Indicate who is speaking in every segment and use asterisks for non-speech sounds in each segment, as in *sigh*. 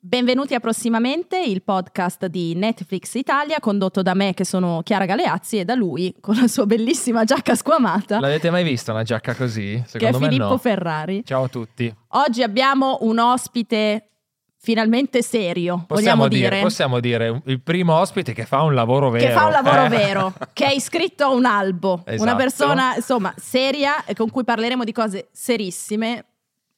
Speaker 1: Benvenuti a Prossimamente, il podcast di Netflix Italia, condotto da me che sono Chiara Galeazzi e da lui con la sua bellissima giacca squamata,
Speaker 2: L'avete mai vista una giacca così?
Speaker 1: che è
Speaker 2: Secondo me
Speaker 1: Filippo
Speaker 2: no.
Speaker 1: Ferrari.
Speaker 2: Ciao a tutti.
Speaker 1: Oggi abbiamo un ospite finalmente serio,
Speaker 2: Possiamo
Speaker 1: vogliamo dire.
Speaker 2: dire, possiamo dire il primo ospite che fa un lavoro vero.
Speaker 1: Che fa un lavoro
Speaker 2: *laughs* eh.
Speaker 1: vero, che è iscritto a un albo,
Speaker 2: Esatto.
Speaker 1: una persona insomma seria e con cui parleremo di cose serissime,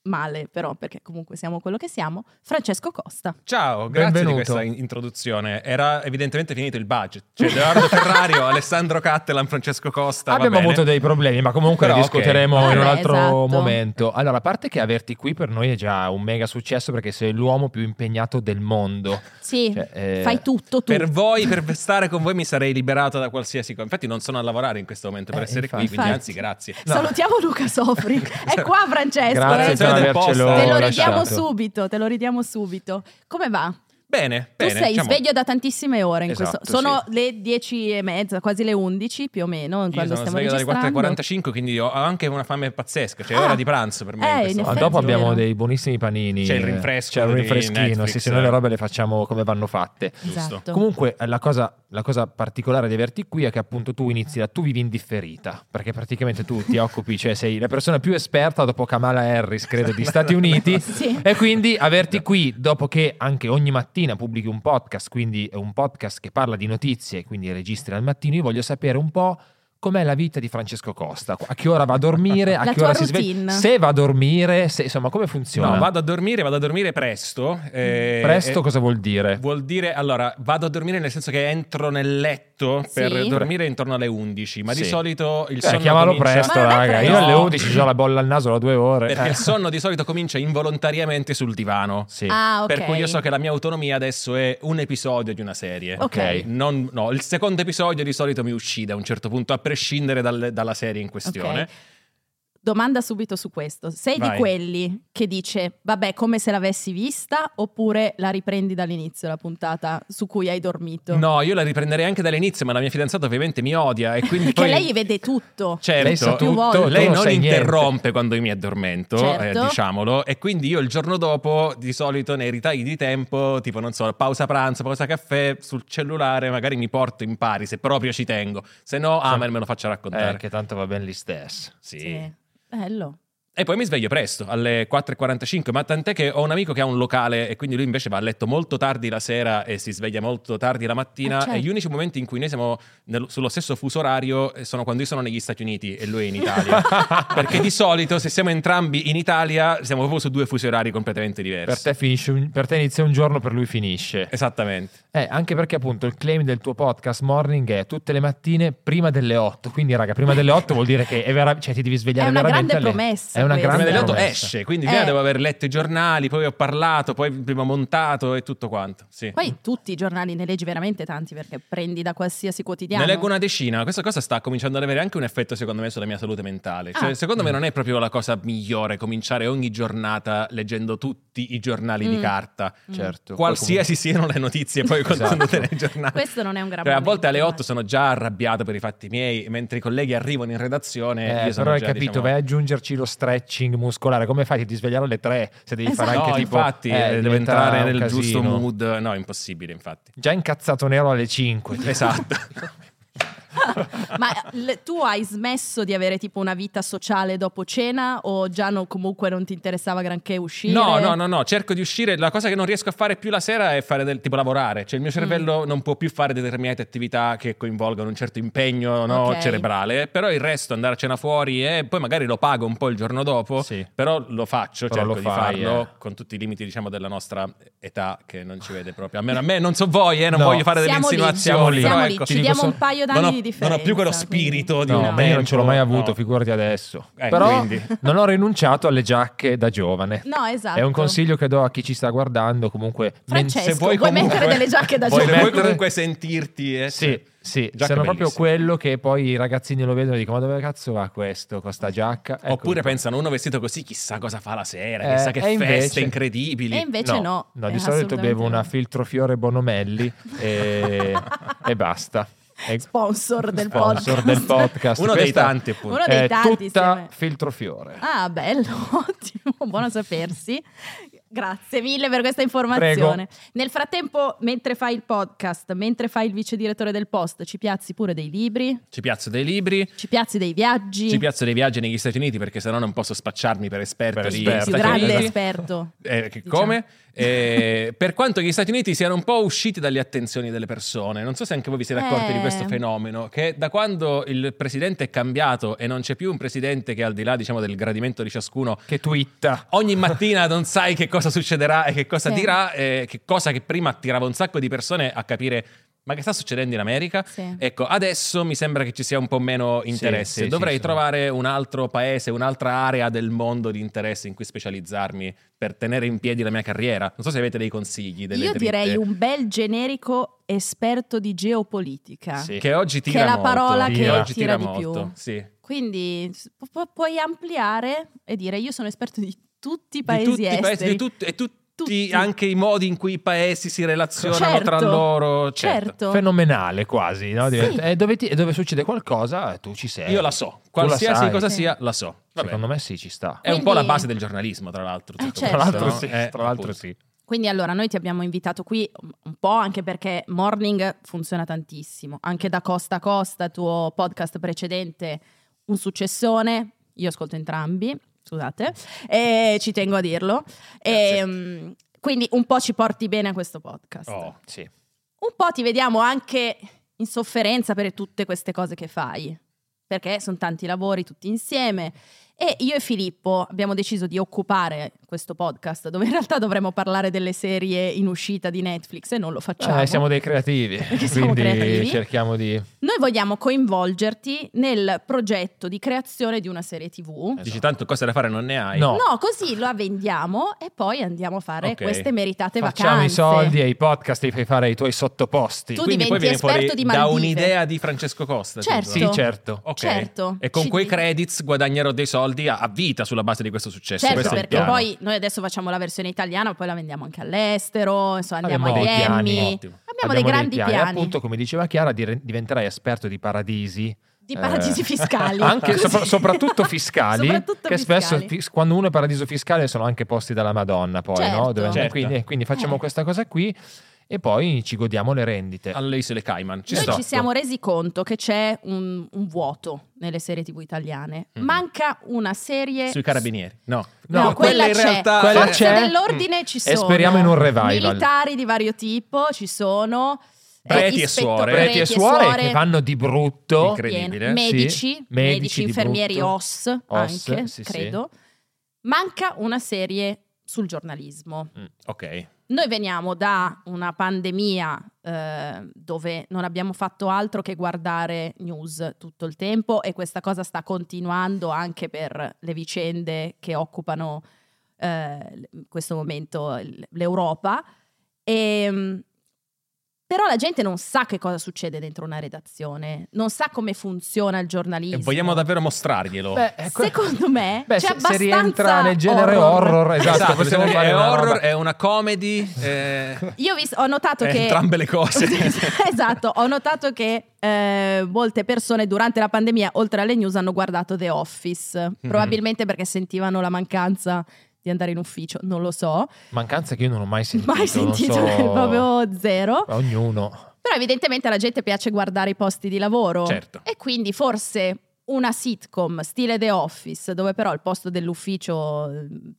Speaker 1: male però perché comunque siamo quello che siamo, Francesco Costa.
Speaker 3: Ciao, grazie
Speaker 2: Benvenuto.
Speaker 3: di questa in- introduzione. Era evidentemente finito il budget. Cioè,
Speaker 2: *laughs*
Speaker 3: Leonardo Ferrario, Alessandro Cattelan, Francesco Costa. va
Speaker 2: Abbiamo
Speaker 3: bene.
Speaker 2: avuto dei problemi, ma comunque
Speaker 3: Però,
Speaker 2: ne discuteremo
Speaker 1: ok.
Speaker 2: in un
Speaker 1: Vabbè,
Speaker 2: altro
Speaker 1: esatto.
Speaker 2: momento. Allora, a parte che averti qui per noi è già un mega successo perché sei l'uomo più impegnato del mondo.
Speaker 1: Sì,
Speaker 2: Cioè, eh,
Speaker 1: fai tutto tu.
Speaker 3: Per voi, per stare con voi, mi sarei liberato da qualsiasi cosa. Infatti, non sono a lavorare in questo momento per
Speaker 2: Eh,
Speaker 3: essere
Speaker 2: infatti.
Speaker 3: qui, quindi anzi,
Speaker 1: Infatti.
Speaker 3: grazie.
Speaker 2: No.
Speaker 1: Salutiamo Luca Sofri. È qua Francesco.
Speaker 2: Grazie
Speaker 1: eh.
Speaker 2: per
Speaker 3: Grazie del
Speaker 2: avercelo
Speaker 3: posto.
Speaker 1: Te lo ridiamo
Speaker 2: lasciato.
Speaker 1: subito, te lo ridiamo subito. Come va?
Speaker 3: Bene,
Speaker 1: Tu
Speaker 3: bene.
Speaker 1: sei
Speaker 3: diciamo-
Speaker 1: sveglio da tantissime ore in
Speaker 3: Esatto,
Speaker 1: questo. Sono le 10 e mezza, quasi le 11 più o meno,
Speaker 3: Io
Speaker 1: quando
Speaker 3: sono
Speaker 1: stiamo
Speaker 3: sveglio dalle
Speaker 1: registrando.
Speaker 3: 4.45, quindi ho anche una fame pazzesca. Cioè, è
Speaker 1: Ah.
Speaker 3: ora di pranzo per me.
Speaker 1: Eh,
Speaker 3: in
Speaker 1: in
Speaker 2: Ma
Speaker 3: questo
Speaker 1: effetti.
Speaker 2: Ah,
Speaker 3: momento.
Speaker 2: dopo abbiamo
Speaker 1: vero.
Speaker 2: dei buonissimi panini.
Speaker 3: C'è il rinfresco
Speaker 2: C'è il
Speaker 3: di
Speaker 2: rinfreschino, sì,
Speaker 3: Netflix.
Speaker 2: se noi le robe le facciamo come vanno fatte.
Speaker 3: Giusto.
Speaker 1: Esatto.
Speaker 2: Comunque eh, la cosa, la cosa particolare di averti qui è che appunto tu inizi da tu vivi indifferita, perché praticamente tu ti occupi, cioè sei la persona più esperta dopo Kamala Harris, credo, di
Speaker 1: *laughs*
Speaker 2: Stati Uniti.
Speaker 1: Sì.
Speaker 2: E quindi averti qui dopo che anche ogni mattina pubblichi un podcast, quindi è un podcast che parla di notizie, quindi registri al mattino, io voglio sapere un po' com'è la vita di Francesco Costa, a che ora va a dormire, a
Speaker 1: La
Speaker 2: che
Speaker 1: tua
Speaker 2: ora si sveglia,
Speaker 1: routine.
Speaker 2: se va a dormire, se- insomma come funziona.
Speaker 3: No, vado a dormire, vado a dormire presto. eh,
Speaker 2: Presto
Speaker 3: eh,
Speaker 2: cosa vuol dire?
Speaker 3: Vuol dire, allora, vado a dormire nel senso che entro nel letto per
Speaker 1: Sì.
Speaker 3: dormire intorno alle 11, ma di
Speaker 2: Sì.
Speaker 3: solito il
Speaker 2: Eh,
Speaker 3: sonno
Speaker 2: chiamalo
Speaker 3: comincia...
Speaker 2: presto,
Speaker 1: Ma non è
Speaker 2: raga. Io
Speaker 1: presto.
Speaker 2: alle 11 ho la bolla al naso da due ore.
Speaker 3: Perché
Speaker 2: Eh.
Speaker 3: il sonno di solito comincia involontariamente sul divano.
Speaker 2: Sì.
Speaker 1: Ah, ok.
Speaker 3: Per cui io so che la mia autonomia adesso è un episodio di una serie.
Speaker 1: Ok.
Speaker 3: Non- no, il secondo episodio di solito mi uccide a un certo punto, a prescindere dal- dalla serie in questione.
Speaker 1: Ok. Domanda subito su questo. Sei di
Speaker 3: Vai.
Speaker 1: quelli che dice, vabbè, come se l'avessi vista, oppure la riprendi dall'inizio la puntata su cui hai dormito?
Speaker 3: No, io la riprenderei anche dall'inizio, ma la mia fidanzata ovviamente mi
Speaker 1: *laughs*
Speaker 3: odia e quindi
Speaker 1: Perché
Speaker 3: poi...
Speaker 1: lei vede tutto.
Speaker 3: Certo,
Speaker 2: Lei sa
Speaker 1: tutto, tu
Speaker 2: non
Speaker 3: lei non
Speaker 2: sai niente.
Speaker 3: interrompe quando io mi addormento,
Speaker 1: Certo.
Speaker 3: eh, diciamolo, e quindi io il giorno dopo, di solito nei ritagli di tempo, tipo non so, pausa pranzo, pausa caffè, sul cellulare magari mi porto in pari, se proprio ci tengo, se no Ah, Amer me lo faccia
Speaker 2: Eh,
Speaker 3: raccontare.
Speaker 2: che tanto va bene gli stessi.
Speaker 3: Sì.
Speaker 1: Sì. Bello.
Speaker 3: E poi mi sveglio presto, alle 4.45, ma tant'è che ho un amico che ha un locale e quindi lui invece va a letto molto tardi la sera e si sveglia molto tardi la mattina
Speaker 1: Ah, certo.
Speaker 3: e gli unici momenti in cui noi siamo nel- sullo stesso fuso orario eh, sono quando io sono negli Stati Uniti e lui è in
Speaker 1: *laughs*
Speaker 3: Italia. Perché di solito se siamo entrambi in Italia siamo proprio su due fusi orari completamente
Speaker 2: Per
Speaker 3: diversi.
Speaker 2: te, finisce un- per te inizia un giorno, per lui finisce.
Speaker 3: Esattamente.
Speaker 2: Eh, anche perché appunto il claim del tuo podcast morning è tutte le mattine prima delle 8. Quindi, raga, prima delle 8 vuol dire che è vera- cioè, ti devi svegliare
Speaker 1: È una
Speaker 2: veramente
Speaker 1: grande
Speaker 2: alle-
Speaker 1: promessa
Speaker 2: È
Speaker 1: questa.
Speaker 2: una grande
Speaker 3: Prima delle
Speaker 1: Grande
Speaker 3: otto
Speaker 2: promessa.
Speaker 3: esce, quindi
Speaker 1: Eh.
Speaker 3: prima devo aver letto i giornali, poi ho parlato, poi prima ho montato e tutto quanto. Sì.
Speaker 1: Poi tutti i giornali ne leggi veramente tanti perché prendi da qualsiasi quotidiano.
Speaker 3: Ne leggo una decina, questa cosa sta cominciando ad avere anche un effetto secondo me sulla mia salute mentale. Cioè,
Speaker 1: Ah.
Speaker 3: secondo me non è proprio la cosa migliore cominciare ogni giornata leggendo tutti i giornali di
Speaker 1: Mm.
Speaker 3: carta,
Speaker 1: Mm.
Speaker 2: Certo.
Speaker 3: qualsiasi siano le
Speaker 2: *laughs*
Speaker 3: notizie poi
Speaker 2: Esatto.
Speaker 3: contenute nei giornali.
Speaker 1: Questo non è un gran
Speaker 3: Cioè, a
Speaker 1: momento,
Speaker 3: volte alle
Speaker 1: ma-
Speaker 3: 8 sono già arrabbiato per i fatti miei, mentre i colleghi arrivano in redazione.
Speaker 2: Eh,
Speaker 3: io sono
Speaker 2: però hai
Speaker 3: già,
Speaker 2: capito,
Speaker 3: diciamo-
Speaker 2: vai ad aggiungerci lo stretching muscolare. Come fai? Ti devi svegliare alle 3 se devi fare
Speaker 1: Esatto.
Speaker 2: anche
Speaker 3: No,
Speaker 2: tipo.
Speaker 3: infatti,
Speaker 2: eh,
Speaker 3: devo
Speaker 2: diventa
Speaker 3: entrare
Speaker 2: un
Speaker 3: nel giusto
Speaker 2: casino.
Speaker 3: mood. No, è impossibile, infatti.
Speaker 2: Già incazzato nero alle 5. tipo. *laughs*
Speaker 3: Esatto.
Speaker 1: Ma l- tu hai smesso di avere tipo una vita sociale dopo cena o già no- comunque non ti interessava granché uscire?
Speaker 3: No, no, no, no, cerco di uscire. La cosa che non riesco a fare più la sera è fare del tipo lavorare. Cioè, il mio
Speaker 1: Mm.
Speaker 3: cervello non può più fare determinate attività che coinvolgono un certo impegno no,
Speaker 1: Ok.
Speaker 3: cerebrale. Però il resto, andare a cena fuori e poi magari lo pago un po' il giorno dopo.
Speaker 2: Sì.
Speaker 3: Però lo faccio,
Speaker 2: Però
Speaker 3: cerco
Speaker 2: lo
Speaker 3: di
Speaker 2: fai,
Speaker 3: farlo
Speaker 2: eh.
Speaker 3: con tutti i limiti, diciamo, della nostra età che non ci vede proprio. Almeno a me, non so voi, eh, non
Speaker 2: No.
Speaker 3: voglio fare delle
Speaker 1: Siamo lì,
Speaker 2: Siamo
Speaker 3: insinuazioni.
Speaker 2: lì.
Speaker 3: però
Speaker 1: Siamo lì,
Speaker 3: ecco,
Speaker 1: ci
Speaker 2: ti dico
Speaker 1: diamo
Speaker 2: solo-
Speaker 1: un paio d'anni
Speaker 3: non ho,
Speaker 1: di differenza.
Speaker 3: non ho più quello
Speaker 1: quindi-
Speaker 3: spirito di
Speaker 2: No,
Speaker 3: un
Speaker 2: ma io non ce l'ho mai
Speaker 3: tempo,
Speaker 2: avuto,
Speaker 3: no.
Speaker 2: figurati adesso.
Speaker 3: Eh,
Speaker 2: Però
Speaker 3: quindi.
Speaker 2: *laughs* non ho rinunciato alle giacche da giovane.
Speaker 1: No, esatto.
Speaker 2: È un consiglio che do a chi ci sta guardando. Comunque, men-
Speaker 1: Francesco,
Speaker 3: se vuoi
Speaker 1: vuoi
Speaker 3: comunque-
Speaker 1: mettere delle giacche da
Speaker 3: *laughs*
Speaker 2: Vuoi
Speaker 3: Vuoi
Speaker 1: giovane?
Speaker 3: vuoi
Speaker 2: mettere-
Speaker 3: comunque sentirti. eh,
Speaker 2: Sì, sì,
Speaker 3: Giacca
Speaker 2: sono proprio
Speaker 3: bellissima.
Speaker 2: quello che poi i ragazzini lo vedono e dicono: Ma dove cazzo va questo con sta giacca? Ecco.
Speaker 3: Oppure pensano uno vestito così, chissà cosa fa la sera,
Speaker 2: Eh,
Speaker 3: chissà che
Speaker 2: e
Speaker 3: feste
Speaker 2: invece-
Speaker 3: incredibili.
Speaker 1: E invece no.
Speaker 2: No,
Speaker 1: eh,
Speaker 2: di solito
Speaker 1: assolutamente
Speaker 2: bevo una
Speaker 1: no.
Speaker 2: filtrofiore Bonomelli
Speaker 1: *laughs*
Speaker 2: e, e basta. E-
Speaker 1: Sponsor del
Speaker 2: sponsor
Speaker 1: podcast.
Speaker 2: del podcast.
Speaker 3: Uno dei
Speaker 2: Questa
Speaker 3: tanti, appunto.
Speaker 1: Uno dei
Speaker 2: È
Speaker 1: tanti,
Speaker 2: tutta
Speaker 1: sì, *laughs*
Speaker 2: filtrofiore.
Speaker 1: Ah, bello, ottimo, buono sapersi. Grazie mille per questa informazione. Nel frattempo, mentre fai il podcast, mentre fai il vice direttore del post, ci piazzi pure dei libri,
Speaker 3: Ci piazzo dei libri,
Speaker 1: ci piazzi dei viaggi.
Speaker 3: ci piazzo dei viaggi negli Stati Uniti perché sennò non posso spacciarmi per esperto
Speaker 2: Per
Speaker 3: di
Speaker 2: esperto.
Speaker 1: Sì,
Speaker 3: Stati
Speaker 1: grande
Speaker 3: Uniti.
Speaker 1: esperto.
Speaker 3: Eh, che-
Speaker 1: Diciamo.
Speaker 3: come? Eh, per quanto gli Stati Uniti siano un po' usciti dalle attenzioni delle persone, non so se anche voi vi siete accorti
Speaker 1: Eh.
Speaker 3: di questo fenomeno, che da quando il presidente è cambiato e non c'è più un presidente che al di là diciamo, del gradimento di ciascuno
Speaker 2: Che twitta.
Speaker 1: *laughs*
Speaker 3: Ogni mattina non sai che cosa succederà e che cosa
Speaker 1: Sì.
Speaker 3: dirà, eh, che cosa che prima attirava un sacco di persone a capire ma che sta succedendo in America?
Speaker 1: Sì.
Speaker 3: Ecco, adesso mi sembra che ci sia un po' meno interesse.
Speaker 2: sì,
Speaker 3: Dovrei
Speaker 2: sì, sì.
Speaker 3: trovare un altro paese, un'altra area del mondo di interesse in cui specializzarmi per tenere in piedi la mia carriera. Non so se avete dei consigli, delle
Speaker 1: Io
Speaker 3: dritte
Speaker 1: direi un bel generico esperto di geopolitica.
Speaker 2: Sì.
Speaker 3: che oggi
Speaker 1: che
Speaker 3: tira
Speaker 1: è la
Speaker 3: molto.
Speaker 1: parola
Speaker 2: che
Speaker 3: Tira. oggi
Speaker 1: tira
Speaker 3: tira,
Speaker 1: di
Speaker 3: molto.
Speaker 1: più.
Speaker 3: Sì.
Speaker 1: Quindi pu- pu- puoi ampliare e dire io sono esperto di tutti i
Speaker 3: Di
Speaker 1: paesi
Speaker 3: tutti i
Speaker 1: esteri.
Speaker 3: paesi, di tut- e tutti,
Speaker 1: Tutti.
Speaker 3: anche i modi in cui i paesi si relazionano
Speaker 1: Certo.
Speaker 3: tra loro. certo.
Speaker 1: Certo.
Speaker 2: Fenomenale quasi, no?
Speaker 1: Sì.
Speaker 2: Diventa- E dove, ti- e dove succede qualcosa, eh, tu ci sei.
Speaker 3: Io la so,
Speaker 2: Tu la
Speaker 3: qualsiasi
Speaker 2: sai.
Speaker 3: cosa
Speaker 1: Sì.
Speaker 3: sia, la so. Vabbè.
Speaker 2: Secondo me sì, ci sta.
Speaker 3: È un po' la
Speaker 1: Quindi-
Speaker 3: base del giornalismo, tra l'altro. cioè,
Speaker 1: Eh,
Speaker 3: tutto
Speaker 1: certo.
Speaker 2: Tra
Speaker 3: questo,
Speaker 2: l'altro
Speaker 3: no?
Speaker 2: sì,
Speaker 3: Eh,
Speaker 2: tra l'altro
Speaker 3: appunto.
Speaker 2: sì.
Speaker 1: Quindi allora noi ti abbiamo invitato qui un- un po' anche perché Morning funziona tantissimo, anche da costa a costa, tuo podcast precedente, un successone, io ascolto entrambi, scusate, e ci tengo a dirlo. E,
Speaker 3: Grazie.
Speaker 1: mm, quindi un po' ci porti bene a questo podcast.
Speaker 3: Oh.
Speaker 2: Sì.
Speaker 1: Un po' ti vediamo anche in sofferenza per tutte queste cose che fai, perché sono tanti lavori tutti insieme. E io e Filippo abbiamo deciso di occupare questo podcast, dove in realtà dovremmo parlare delle serie in uscita di Netflix e non lo facciamo.
Speaker 2: Eh, siamo dei creativi,
Speaker 1: Perché
Speaker 2: quindi
Speaker 1: *laughs* siamo creativi.
Speaker 2: cerchiamo di...
Speaker 1: Noi vogliamo coinvolgerti nel progetto di creazione di una serie TV.
Speaker 3: Dici tanto cose da fare non ne hai.
Speaker 2: No.
Speaker 1: No, così la vendiamo e poi andiamo a fare
Speaker 3: Ok.
Speaker 1: queste meritate
Speaker 2: Facciamo
Speaker 1: vacanze.
Speaker 2: i soldi e i podcast li fai fare ai tuoi sottoposti.
Speaker 1: Tu
Speaker 3: Quindi poi viene
Speaker 1: diventi
Speaker 3: fuori
Speaker 1: esperto di
Speaker 3: da
Speaker 1: Maldive.
Speaker 3: un'idea di Francesco Costa. tipo.
Speaker 1: Certo.
Speaker 2: Sì, certo.
Speaker 3: Ok.
Speaker 1: Certo.
Speaker 3: E con
Speaker 1: Ci
Speaker 3: quei
Speaker 1: di-
Speaker 3: credits guadagnerò dei soldi a, a vita sulla base di questo successo.
Speaker 1: Certo,
Speaker 3: Questo è il
Speaker 1: perché
Speaker 3: piano.
Speaker 1: poi noi adesso facciamo la versione italiana, poi la vendiamo anche all'estero, insomma andiamo ai
Speaker 2: Abbiamo dei
Speaker 1: Emmy.
Speaker 2: piani. eh.
Speaker 1: Abbiamo,
Speaker 3: Ottimo.
Speaker 1: dei
Speaker 2: dei
Speaker 1: grandi piani,
Speaker 2: Appunto, come diceva Chiara, dire- diventerai esperto di paradisi.
Speaker 1: di paradisi
Speaker 2: eh,
Speaker 1: fiscali.
Speaker 2: *laughs* Anche,
Speaker 1: Così.
Speaker 2: sopra- soprattutto fiscali,
Speaker 1: Soprattutto
Speaker 2: che
Speaker 1: fiscali.
Speaker 2: spesso fis- quando uno è paradiso fiscale sono anche posti dalla Madonna, poi,
Speaker 1: Certo.
Speaker 2: no? Dove-
Speaker 3: Certo.
Speaker 2: Quindi, eh, quindi facciamo
Speaker 1: Eh.
Speaker 2: questa cosa qui e poi ci godiamo le rendite.
Speaker 3: Alle isole Cayman. Ci
Speaker 1: Noi
Speaker 3: sto.
Speaker 1: ci siamo resi conto che c'è un, un vuoto nelle serie tv italiane.
Speaker 2: Mm-hmm.
Speaker 3: Mm.
Speaker 1: Manca una serie
Speaker 3: Sui carabinieri. No.
Speaker 1: No, quella,
Speaker 3: in
Speaker 1: c'è.
Speaker 3: realtà.
Speaker 2: Quella
Speaker 1: Forze
Speaker 2: c'è. Mm.
Speaker 1: dell'ordine ci sono.
Speaker 2: E speriamo in un revival.
Speaker 1: Militari di vario tipo ci sono. eh,
Speaker 3: Preti e
Speaker 1: ispetto-
Speaker 3: suore.
Speaker 2: Preti e suore che vanno di brutto.
Speaker 3: Incredibile.
Speaker 1: pieno.
Speaker 2: sì.
Speaker 1: Medici, medici,
Speaker 2: Medici di
Speaker 1: infermieri,
Speaker 2: brutto.
Speaker 1: OS,
Speaker 2: OS,
Speaker 1: anche,
Speaker 2: sì, sì.
Speaker 1: credo. Manca una serie sul giornalismo.
Speaker 3: Mm, Ok.
Speaker 1: Noi veniamo da una pandemia eh, dove non abbiamo fatto altro che guardare news tutto il tempo e questa cosa sta continuando anche per le vicende che occupano eh, l- in questo momento l- l'Europa. E, però la gente non sa che cosa succede dentro una redazione, non sa come funziona il
Speaker 3: E
Speaker 1: giornalismo.
Speaker 3: vogliamo davvero mostrarglielo.
Speaker 2: Beh, ecco-
Speaker 1: Secondo me
Speaker 2: Beh,
Speaker 1: c'è
Speaker 2: se, se
Speaker 1: abbastanza
Speaker 2: rientra nel genere horror, esatto,
Speaker 3: Esatto,
Speaker 2: possiamo
Speaker 3: perché
Speaker 2: fare
Speaker 3: è
Speaker 2: una roba-
Speaker 3: horror, è una comedy. eh,
Speaker 1: *laughs* Io ho vis- ho notato
Speaker 3: eh,
Speaker 1: che
Speaker 3: Entrambe le
Speaker 1: *laughs*
Speaker 3: cose.
Speaker 1: esatto, ho notato che eh, molte persone durante la pandemia, oltre alle news, hanno guardato The Office,
Speaker 3: Mhm.
Speaker 1: probabilmente perché sentivano la mancanza di andare in ufficio, non lo so,
Speaker 2: Mancanza che io non ho mai sentito.
Speaker 1: mai sentito
Speaker 2: non so-
Speaker 1: proprio zero,
Speaker 2: Ognuno.
Speaker 1: però evidentemente alla gente piace guardare i posti di lavoro
Speaker 3: Certo.
Speaker 1: e quindi forse una sitcom stile The Office, dove però il posto dell'ufficio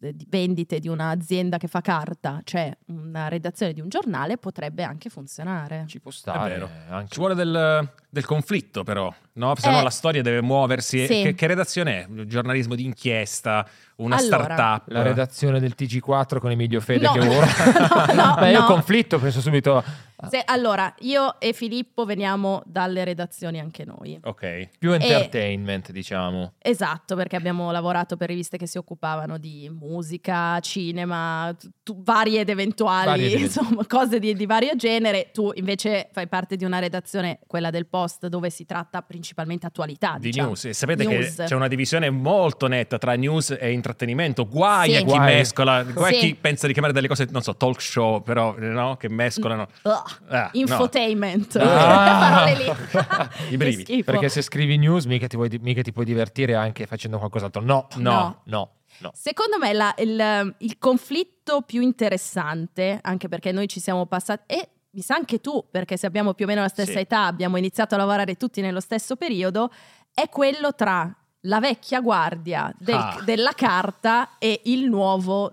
Speaker 1: eh, di vendite di un'azienda che fa carta, cioè una redazione di un giornale, potrebbe anche funzionare.
Speaker 2: Ci può
Speaker 3: È
Speaker 2: stare.
Speaker 3: vero.
Speaker 2: eh, anche-
Speaker 3: Ci vuole del, del conflitto, però, no? Se no
Speaker 1: Eh,
Speaker 3: la storia deve muoversi. E
Speaker 1: sì.
Speaker 3: Che, che redazione è? Il Giornalismo di inchiesta, una
Speaker 1: Allora.
Speaker 3: startup.
Speaker 2: La redazione del TG4 con Emilio Fede
Speaker 1: No. *laughs*
Speaker 2: che ora...
Speaker 1: No, no,
Speaker 2: Beh, io
Speaker 1: no.
Speaker 2: conflitto, penso subito
Speaker 3: Ah.
Speaker 1: Se- allora, io e Filippo veniamo dalle redazioni anche noi.
Speaker 3: Ok.
Speaker 1: Eh.
Speaker 2: più entertainment, diciamo.
Speaker 1: Esatto, perché abbiamo lavorato per riviste che si occupavano di musica, cinema, t- tu- varie ed eventuali,
Speaker 2: Varie ed eventuali.
Speaker 1: insomma, cose di, di vario genere. Tu invece fai parte di una redazione, quella del Post, dove si tratta principalmente attualità.
Speaker 3: Di
Speaker 1: diciamo.
Speaker 3: news. E sapete
Speaker 1: News.
Speaker 3: che c'è una divisione molto netta tra news e intrattenimento. Guai
Speaker 1: Sì.
Speaker 3: a chi
Speaker 2: Guai.
Speaker 3: mescola, guai
Speaker 1: Sì.
Speaker 3: a chi pensa di chiamare delle cose, non so, talk show, però, no? Che mescolano.
Speaker 1: Ugh.
Speaker 3: Ah, no.
Speaker 1: Infotainment,
Speaker 2: Ah.
Speaker 1: Quelle *laughs* parole lì.
Speaker 3: *laughs* I brividi.
Speaker 1: Che schifo.
Speaker 2: Perché se scrivi news mica ti, vuoi- mica ti puoi divertire anche facendo qualcos'altro. No,
Speaker 1: No.
Speaker 2: no. No.
Speaker 1: Secondo me la- il, il conflitto più interessante, anche perché noi ci siamo passati, e mi sa anche tu, perché se abbiamo più o meno la stessa
Speaker 2: Sì.
Speaker 1: età, abbiamo iniziato a lavorare tutti nello stesso periodo, è quello tra la vecchia guardia del-
Speaker 3: Ah.
Speaker 1: della carta e il nuovo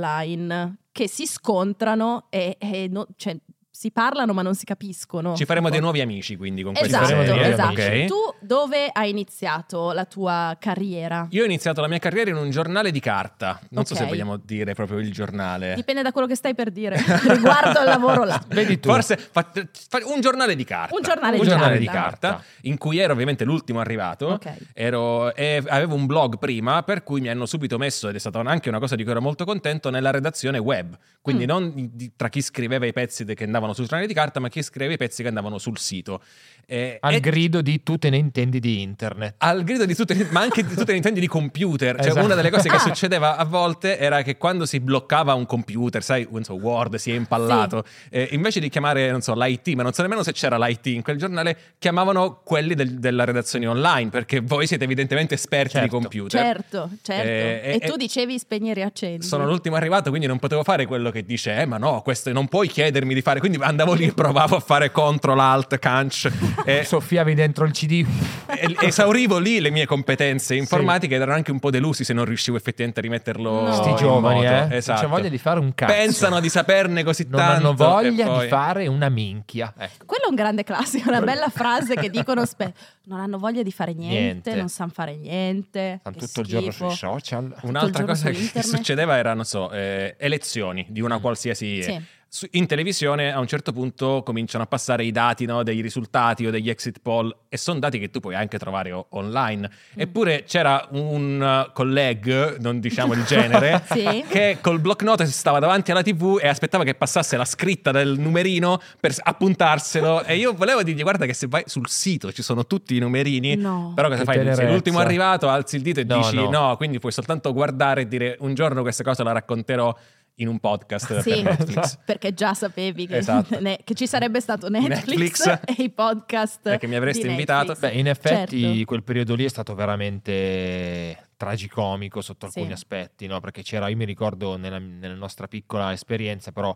Speaker 1: dell'online, che si scontrano e, e no- cioè, si parlano ma non si capiscono.
Speaker 3: Ci faremo
Speaker 1: Ecco.
Speaker 3: dei nuovi amici quindi con questa
Speaker 1: Esatto,
Speaker 2: Ci faremo
Speaker 3: serie.
Speaker 2: dei
Speaker 1: esatto.
Speaker 2: nuovi
Speaker 3: ok?
Speaker 1: Tu dove hai iniziato la tua carriera?
Speaker 3: Io ho iniziato la mia carriera in un giornale di carta. Non so
Speaker 1: Ok.
Speaker 3: se vogliamo dire proprio il
Speaker 2: Eh.
Speaker 3: giornale.
Speaker 1: Dipende da quello che stai per dire *laughs* riguardo al lavoro là.
Speaker 2: *laughs* Vedi tu.
Speaker 3: Forse fa- fa- un giornale di carta.
Speaker 1: Un giornale
Speaker 2: di
Speaker 3: di
Speaker 2: carta.
Speaker 3: carta, in cui ero ovviamente l'ultimo arrivato.
Speaker 1: Ok.
Speaker 3: Ero- e avevo un blog prima, per cui mi hanno subito messo, ed è stata anche una cosa di cui ero molto contento, nella redazione web. Quindi
Speaker 1: Mm.
Speaker 3: non di- di- tra chi scriveva i pezzi de- che andavano sul giornale di carta, ma chi scriveva i pezzi che andavano sul sito. Eh,
Speaker 2: Al
Speaker 3: e-
Speaker 2: grido di tu te ne intendi di internet.
Speaker 3: al grido di tutte, ma anche di tutte le intendi di computer. Cioè,
Speaker 2: Esatto.
Speaker 3: una delle cose che
Speaker 1: Ah.
Speaker 3: succedeva a volte era che quando si bloccava un computer, sai, non so, Word si è impallato, eh, invece di chiamare, non so, l'IT, ma non so nemmeno se c'era l'IT in quel giornale, chiamavano quelli del- della redazione online, perché voi siete evidentemente esperti
Speaker 2: Certo.
Speaker 3: di computer.
Speaker 1: Certo, certo.
Speaker 3: Eh,
Speaker 1: e
Speaker 3: eh,
Speaker 1: tu
Speaker 3: eh,
Speaker 1: dicevi spegnere e accendi.
Speaker 3: Sono l'ultimo arrivato, quindi non potevo fare quello che dice, eh, ma no, questo non puoi chiedermi di fare. Quindi andavo lì e provavo a fare CTRL, ALT, CANC. eh,
Speaker 2: Soffiavi dentro il CD.
Speaker 3: E- esaurivo lì le mie competenze informatiche ed erano anche un po' delusi se non riuscivo effettivamente a rimetterlo
Speaker 1: No.
Speaker 3: in
Speaker 2: Sti
Speaker 1: Oh,
Speaker 2: giovani,
Speaker 3: moto.
Speaker 2: eh. Non
Speaker 3: Esatto.
Speaker 2: C'è voglia di fare un cazzo.
Speaker 3: Pensano di saperne così
Speaker 2: Non
Speaker 3: tanto.
Speaker 2: hanno voglia
Speaker 3: e poi-
Speaker 2: di fare una minchia. Ecco.
Speaker 1: Quello è un grande classico, una bella frase che dicono
Speaker 2: *laughs*
Speaker 1: spe- non hanno voglia di fare niente,
Speaker 2: Niente.
Speaker 1: non sanno fare niente.
Speaker 2: Stanno
Speaker 1: che
Speaker 2: tutto il giorno
Speaker 1: schifo.
Speaker 2: sui social.
Speaker 3: Un'altra
Speaker 1: giorno
Speaker 3: cosa
Speaker 1: su
Speaker 3: che
Speaker 1: internet.
Speaker 3: succedeva era, non so, eh, elezioni di una
Speaker 2: Mm.
Speaker 3: qualsiasi.
Speaker 1: Sì.
Speaker 3: Su- In televisione a un certo punto cominciano a passare i dati no, dei risultati o degli exit poll e sono dati che tu puoi anche trovare o- online.
Speaker 1: Mm.
Speaker 3: Eppure c'era un eh, collega, non diciamo di genere,
Speaker 1: *laughs* Sì.
Speaker 3: che col block note stava davanti alla tv e aspettava che passasse la scritta del numerino per s- appuntarselo e io volevo dirgli guarda che se vai sul sito ci sono tutti i numerini
Speaker 1: No.
Speaker 3: però cosa
Speaker 2: Che
Speaker 3: fai? Sei
Speaker 2: tenerezza.
Speaker 3: l'ultimo arrivato, alzi il dito e
Speaker 2: No,
Speaker 3: dici
Speaker 2: no.
Speaker 3: no. quindi puoi soltanto guardare e dire un giorno questa cosa la racconterò in un podcast
Speaker 1: Sì.
Speaker 3: per
Speaker 2: *laughs*
Speaker 3: Netflix.
Speaker 1: Perché già sapevi che,
Speaker 3: Esatto.
Speaker 1: ne- che ci sarebbe stato Netflix,
Speaker 3: Netflix.
Speaker 1: *laughs* e i podcast.
Speaker 2: Eh,
Speaker 3: E che mi avresti
Speaker 1: di
Speaker 3: invitato.
Speaker 1: Netflix.
Speaker 2: Beh, in effetti
Speaker 1: Certo.
Speaker 2: quel periodo lì è stato veramente tragicomico sotto
Speaker 1: Sì.
Speaker 2: alcuni aspetti, no? Perché c'era, io mi ricordo nella, nella nostra piccola esperienza, però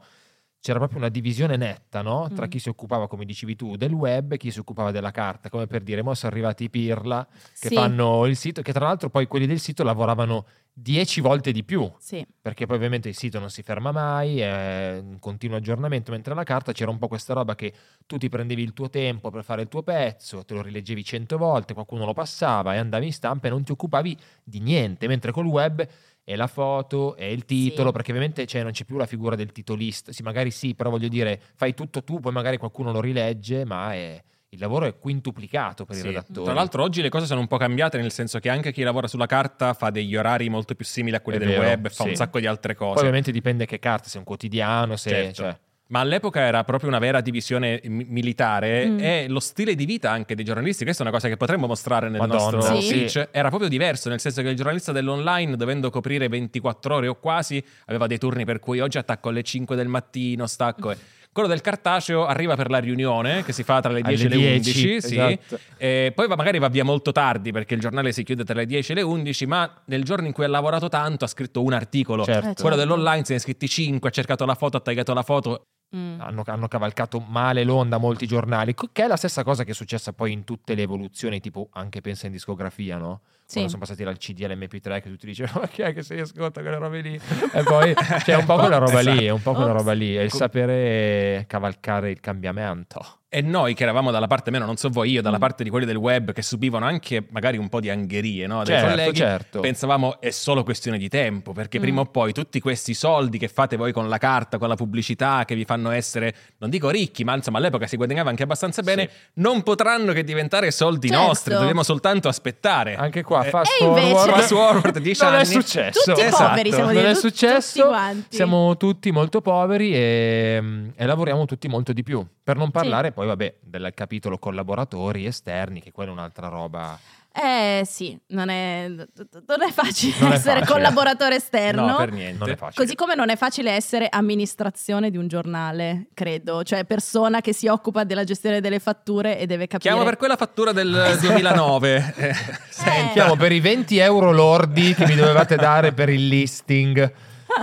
Speaker 2: c'era proprio una divisione netta, no? Tra
Speaker 1: Mm.
Speaker 2: chi si occupava, come dicevi tu, del web e chi si occupava della carta, come per dire, mo sono arrivati i Pirla che
Speaker 1: Sì,
Speaker 2: fanno il sito, che tra l'altro poi quelli del sito lavoravano dieci volte di più,
Speaker 1: sì.
Speaker 2: perché poi ovviamente il sito non si ferma mai, è un continuo aggiornamento, mentre la carta c'era un po' questa roba che tu ti prendevi il tuo tempo per fare il tuo pezzo, te lo rileggevi cento volte, qualcuno lo passava e andavi in stampa e non ti occupavi di niente, mentre col web è la foto, è il titolo,
Speaker 1: Sì.
Speaker 2: perché ovviamente cioè, non c'è più la figura del titolista, sì magari sì, però voglio dire fai tutto tu, poi magari qualcuno lo rilegge, ma è- il lavoro è quintuplicato per
Speaker 3: Sì.
Speaker 2: i redattori.
Speaker 3: Tra l'altro oggi le cose sono un po' cambiate nel senso che anche chi lavora sulla carta fa degli orari molto più simili a quelli
Speaker 2: È
Speaker 3: del
Speaker 2: vero,
Speaker 3: web, fa
Speaker 2: sì.
Speaker 3: un sacco di altre
Speaker 2: poi
Speaker 3: cose.
Speaker 2: ovviamente dipende che carta, se è un quotidiano, se...
Speaker 3: Certo.
Speaker 2: cioè-
Speaker 3: Ma all'epoca era proprio una vera divisione mi- militare
Speaker 1: Mm.
Speaker 3: e lo stile di vita anche dei giornalisti, questa è una cosa che potremmo mostrare nel
Speaker 2: Madonna,
Speaker 3: nostro
Speaker 1: sì.
Speaker 3: pitch, era proprio diverso, nel senso che il giornalista dell'online, dovendo coprire 24 ore o quasi, aveva dei turni per cui oggi attacco alle 5 del mattino, stacco
Speaker 1: *laughs*
Speaker 3: e... Quello del cartaceo arriva per la riunione che si fa tra le 10
Speaker 2: Alle
Speaker 3: e le
Speaker 2: 10,
Speaker 3: 11, sì.
Speaker 2: esatto.
Speaker 3: E Eh, poi va- magari va via molto tardi perché il giornale si chiude tra le 10 e le 11, ma nel giorno in cui ha lavorato tanto ha scritto un articolo.
Speaker 2: Certo.
Speaker 1: Eh, certo.
Speaker 3: Quello dell'online se ne è iscritti 5, ha cercato la foto, ha tagliato la foto
Speaker 1: Mm.
Speaker 2: hanno, hanno cavalcato male l'onda molti giornali, co- che è la stessa cosa che è successa poi in tutte le evoluzioni, tipo anche pensa in discografia, no?
Speaker 1: Sì.
Speaker 2: Quando sono passati dal CD all'MP3 che tutti dicevano *laughs* ma chi è che si ascolta quelle robe lì? E poi c'è un po' quella roba lì, è un po' quella
Speaker 1: Ops.
Speaker 2: roba lì, è il
Speaker 3: Co-
Speaker 2: sapere cavalcare il cambiamento.
Speaker 3: E noi che eravamo dalla parte, meno non so voi, io dalla
Speaker 1: Mm.
Speaker 3: parte di quelli del web che subivano anche magari un po' di angherie, no? Dai
Speaker 2: Certo,
Speaker 3: colleghi,
Speaker 2: certo.
Speaker 3: Pensavamo è solo questione di tempo, perché
Speaker 1: Mm.
Speaker 3: prima o poi tutti questi soldi che fate voi con la carta, con la pubblicità, che vi fanno essere, non dico ricchi, ma insomma all'epoca si guadagnava anche abbastanza bene, non potranno che diventare soldi
Speaker 1: Certo.
Speaker 3: nostri, dobbiamo soltanto aspettare.
Speaker 2: Anche qua,
Speaker 3: Eh,
Speaker 2: fast
Speaker 1: E invece-
Speaker 2: forward,
Speaker 1: Fast
Speaker 3: forward, dieci
Speaker 2: non è
Speaker 3: anni.
Speaker 2: successo.
Speaker 1: *laughs* Tutti
Speaker 3: Esatto.
Speaker 1: poveri siamo
Speaker 2: non
Speaker 1: dire,
Speaker 2: è
Speaker 1: tu-
Speaker 2: successo,
Speaker 1: tutti quanti.
Speaker 2: siamo tutti molto poveri e, mm, e lavoriamo tutti molto di più. Per non parlare poi, vabbè, del capitolo collaboratori esterni, che quella è un'altra roba.
Speaker 1: Eh sì, non è, non è facile
Speaker 2: Non è
Speaker 1: essere
Speaker 2: facile.
Speaker 1: collaboratore esterno.
Speaker 3: No, per niente.
Speaker 2: Non è facile.
Speaker 1: Così come non è facile essere amministrazione di un giornale, credo, cioè persona che si occupa della gestione delle fatture e deve capire.
Speaker 3: Chiamo per quella fattura
Speaker 1: *laughs* Eh.
Speaker 3: del 2009. Eh, Senti.
Speaker 2: Chiamo per i 20 euro lordi che mi
Speaker 1: *laughs*
Speaker 2: dovevate dare per il listing.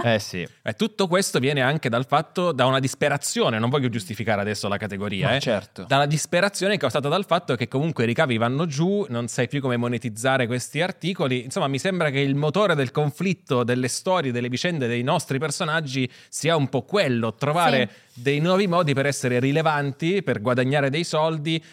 Speaker 2: Eh sì.
Speaker 3: Eh, tutto questo viene anche dal fatto, da una disperazione, non voglio giustificare adesso la categoria,
Speaker 2: Ma
Speaker 3: eh,
Speaker 2: certo.
Speaker 3: dalla disperazione causata dal fatto che comunque i ricavi vanno giù, non sai più come monetizzare questi articoli. Insomma, mi sembra che il motore del conflitto, delle storie, delle vicende dei nostri personaggi sia un po' quello, trovare dei nuovi modi per essere rilevanti, per guadagnare dei soldi.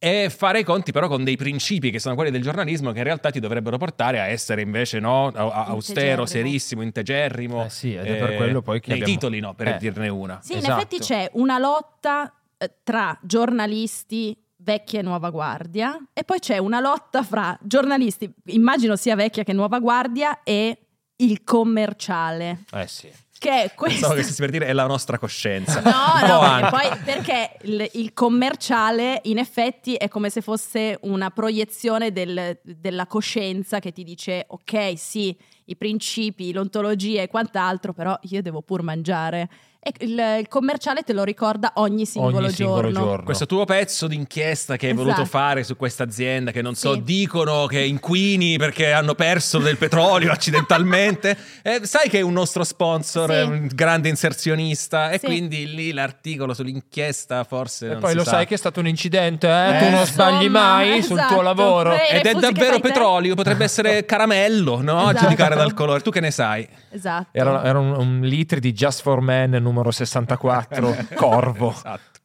Speaker 3: E fare i conti però con dei principi che sono quelli del giornalismo che in realtà ti dovrebbero portare a essere invece no, a- a- austero,
Speaker 1: Integerrimo.
Speaker 3: serissimo, integerrimo.
Speaker 2: Eh sì, ed è per quello poi che
Speaker 3: Nei
Speaker 2: abbiamo-
Speaker 3: titoli no, per
Speaker 2: Eh.
Speaker 3: dirne una.
Speaker 1: Sì, in
Speaker 2: Esatto.
Speaker 1: effetti c'è una lotta eh, tra giornalisti vecchia e nuova guardia e poi c'è una lotta fra giornalisti, immagino sia vecchia che nuova guardia, e il commerciale,
Speaker 2: Eh sì.
Speaker 1: che è questo.
Speaker 3: Pensavo che stessi per dire è la
Speaker 2: *laughs*
Speaker 3: nostra coscienza.
Speaker 1: *laughs* No,
Speaker 3: Un po'
Speaker 1: no, perché,
Speaker 3: anche.
Speaker 1: poi, perché il, il commerciale in effetti è come se fosse una proiezione del- della coscienza che ti dice ok sì, i principi, l'ontologia e quant'altro, però io devo pur mangiare. E il, il commerciale te lo ricorda ogni singolo,
Speaker 2: Ogni singolo giorno.
Speaker 3: Questo tuo pezzo d'inchiesta che hai voluto
Speaker 1: Esatto.
Speaker 3: fare su questa azienda che non so,
Speaker 1: Sì.
Speaker 3: dicono che inquini perché hanno perso del petrolio accidentalmente.
Speaker 1: *laughs*
Speaker 3: Eh, sai che è un nostro sponsor,
Speaker 1: Sì.
Speaker 3: è un grande inserzionista e
Speaker 1: Sì.
Speaker 3: quindi lì l'articolo sull'inchiesta forse...
Speaker 2: E
Speaker 3: non
Speaker 2: poi
Speaker 3: si
Speaker 2: lo
Speaker 3: sa.
Speaker 2: sai che è stato un incidente, eh?
Speaker 3: Eh,
Speaker 2: tu non
Speaker 1: insomma,
Speaker 2: sbagli mai sul
Speaker 1: esatto.
Speaker 2: tuo lavoro.
Speaker 1: Eh,
Speaker 3: Ed è
Speaker 1: refusi che
Speaker 3: davvero
Speaker 1: fai te?
Speaker 3: petrolio, potrebbe essere caramello, no? A
Speaker 1: Esatto.
Speaker 3: giudicare dal colore. Tu che ne sai?
Speaker 1: Esatto.
Speaker 2: Era, era un, un litri di Just for Men numero
Speaker 1: *laughs*
Speaker 2: 64, Corvo.
Speaker 3: *laughs* Esatto.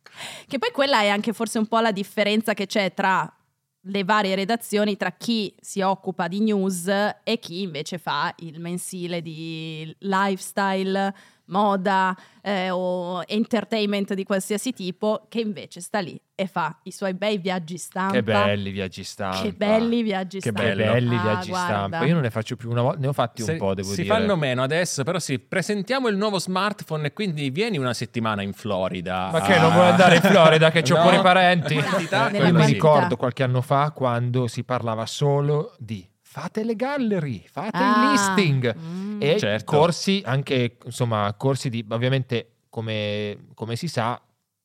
Speaker 1: Che poi quella è anche forse un po' la differenza che c'è tra le varie redazioni, tra chi si occupa di news e chi invece fa il mensile di lifestyle, moda eh, o entertainment di qualsiasi tipo, che invece sta lì e fa i suoi bei viaggi stampa.
Speaker 2: Che belli viaggi stampa.
Speaker 1: Che belli viaggi
Speaker 3: Che
Speaker 2: Che
Speaker 1: stampa.
Speaker 3: bello.
Speaker 2: belli
Speaker 1: Ah,
Speaker 2: viaggi
Speaker 1: guarda.
Speaker 2: stampa. Io non ne faccio più una volta, ne ho fatti un
Speaker 3: Se-
Speaker 2: po', devo
Speaker 3: si
Speaker 2: dire.
Speaker 3: fanno meno adesso, però sì, presentiamo il nuovo smartphone e quindi vieni una settimana in Florida.
Speaker 2: Ma che non vuoi andare in Florida che c'ho
Speaker 3: No.
Speaker 2: pure i parenti?
Speaker 1: Nella
Speaker 2: Io
Speaker 3: Quantità, quello
Speaker 2: mi
Speaker 1: quantità.
Speaker 3: sì.
Speaker 2: ricordo qualche anno fa quando si parlava solo di fate le gallery, fate
Speaker 1: Ah,
Speaker 2: il listing
Speaker 1: mm.
Speaker 2: e
Speaker 3: Certo.
Speaker 2: corsi anche insomma corsi di ovviamente come, come si sa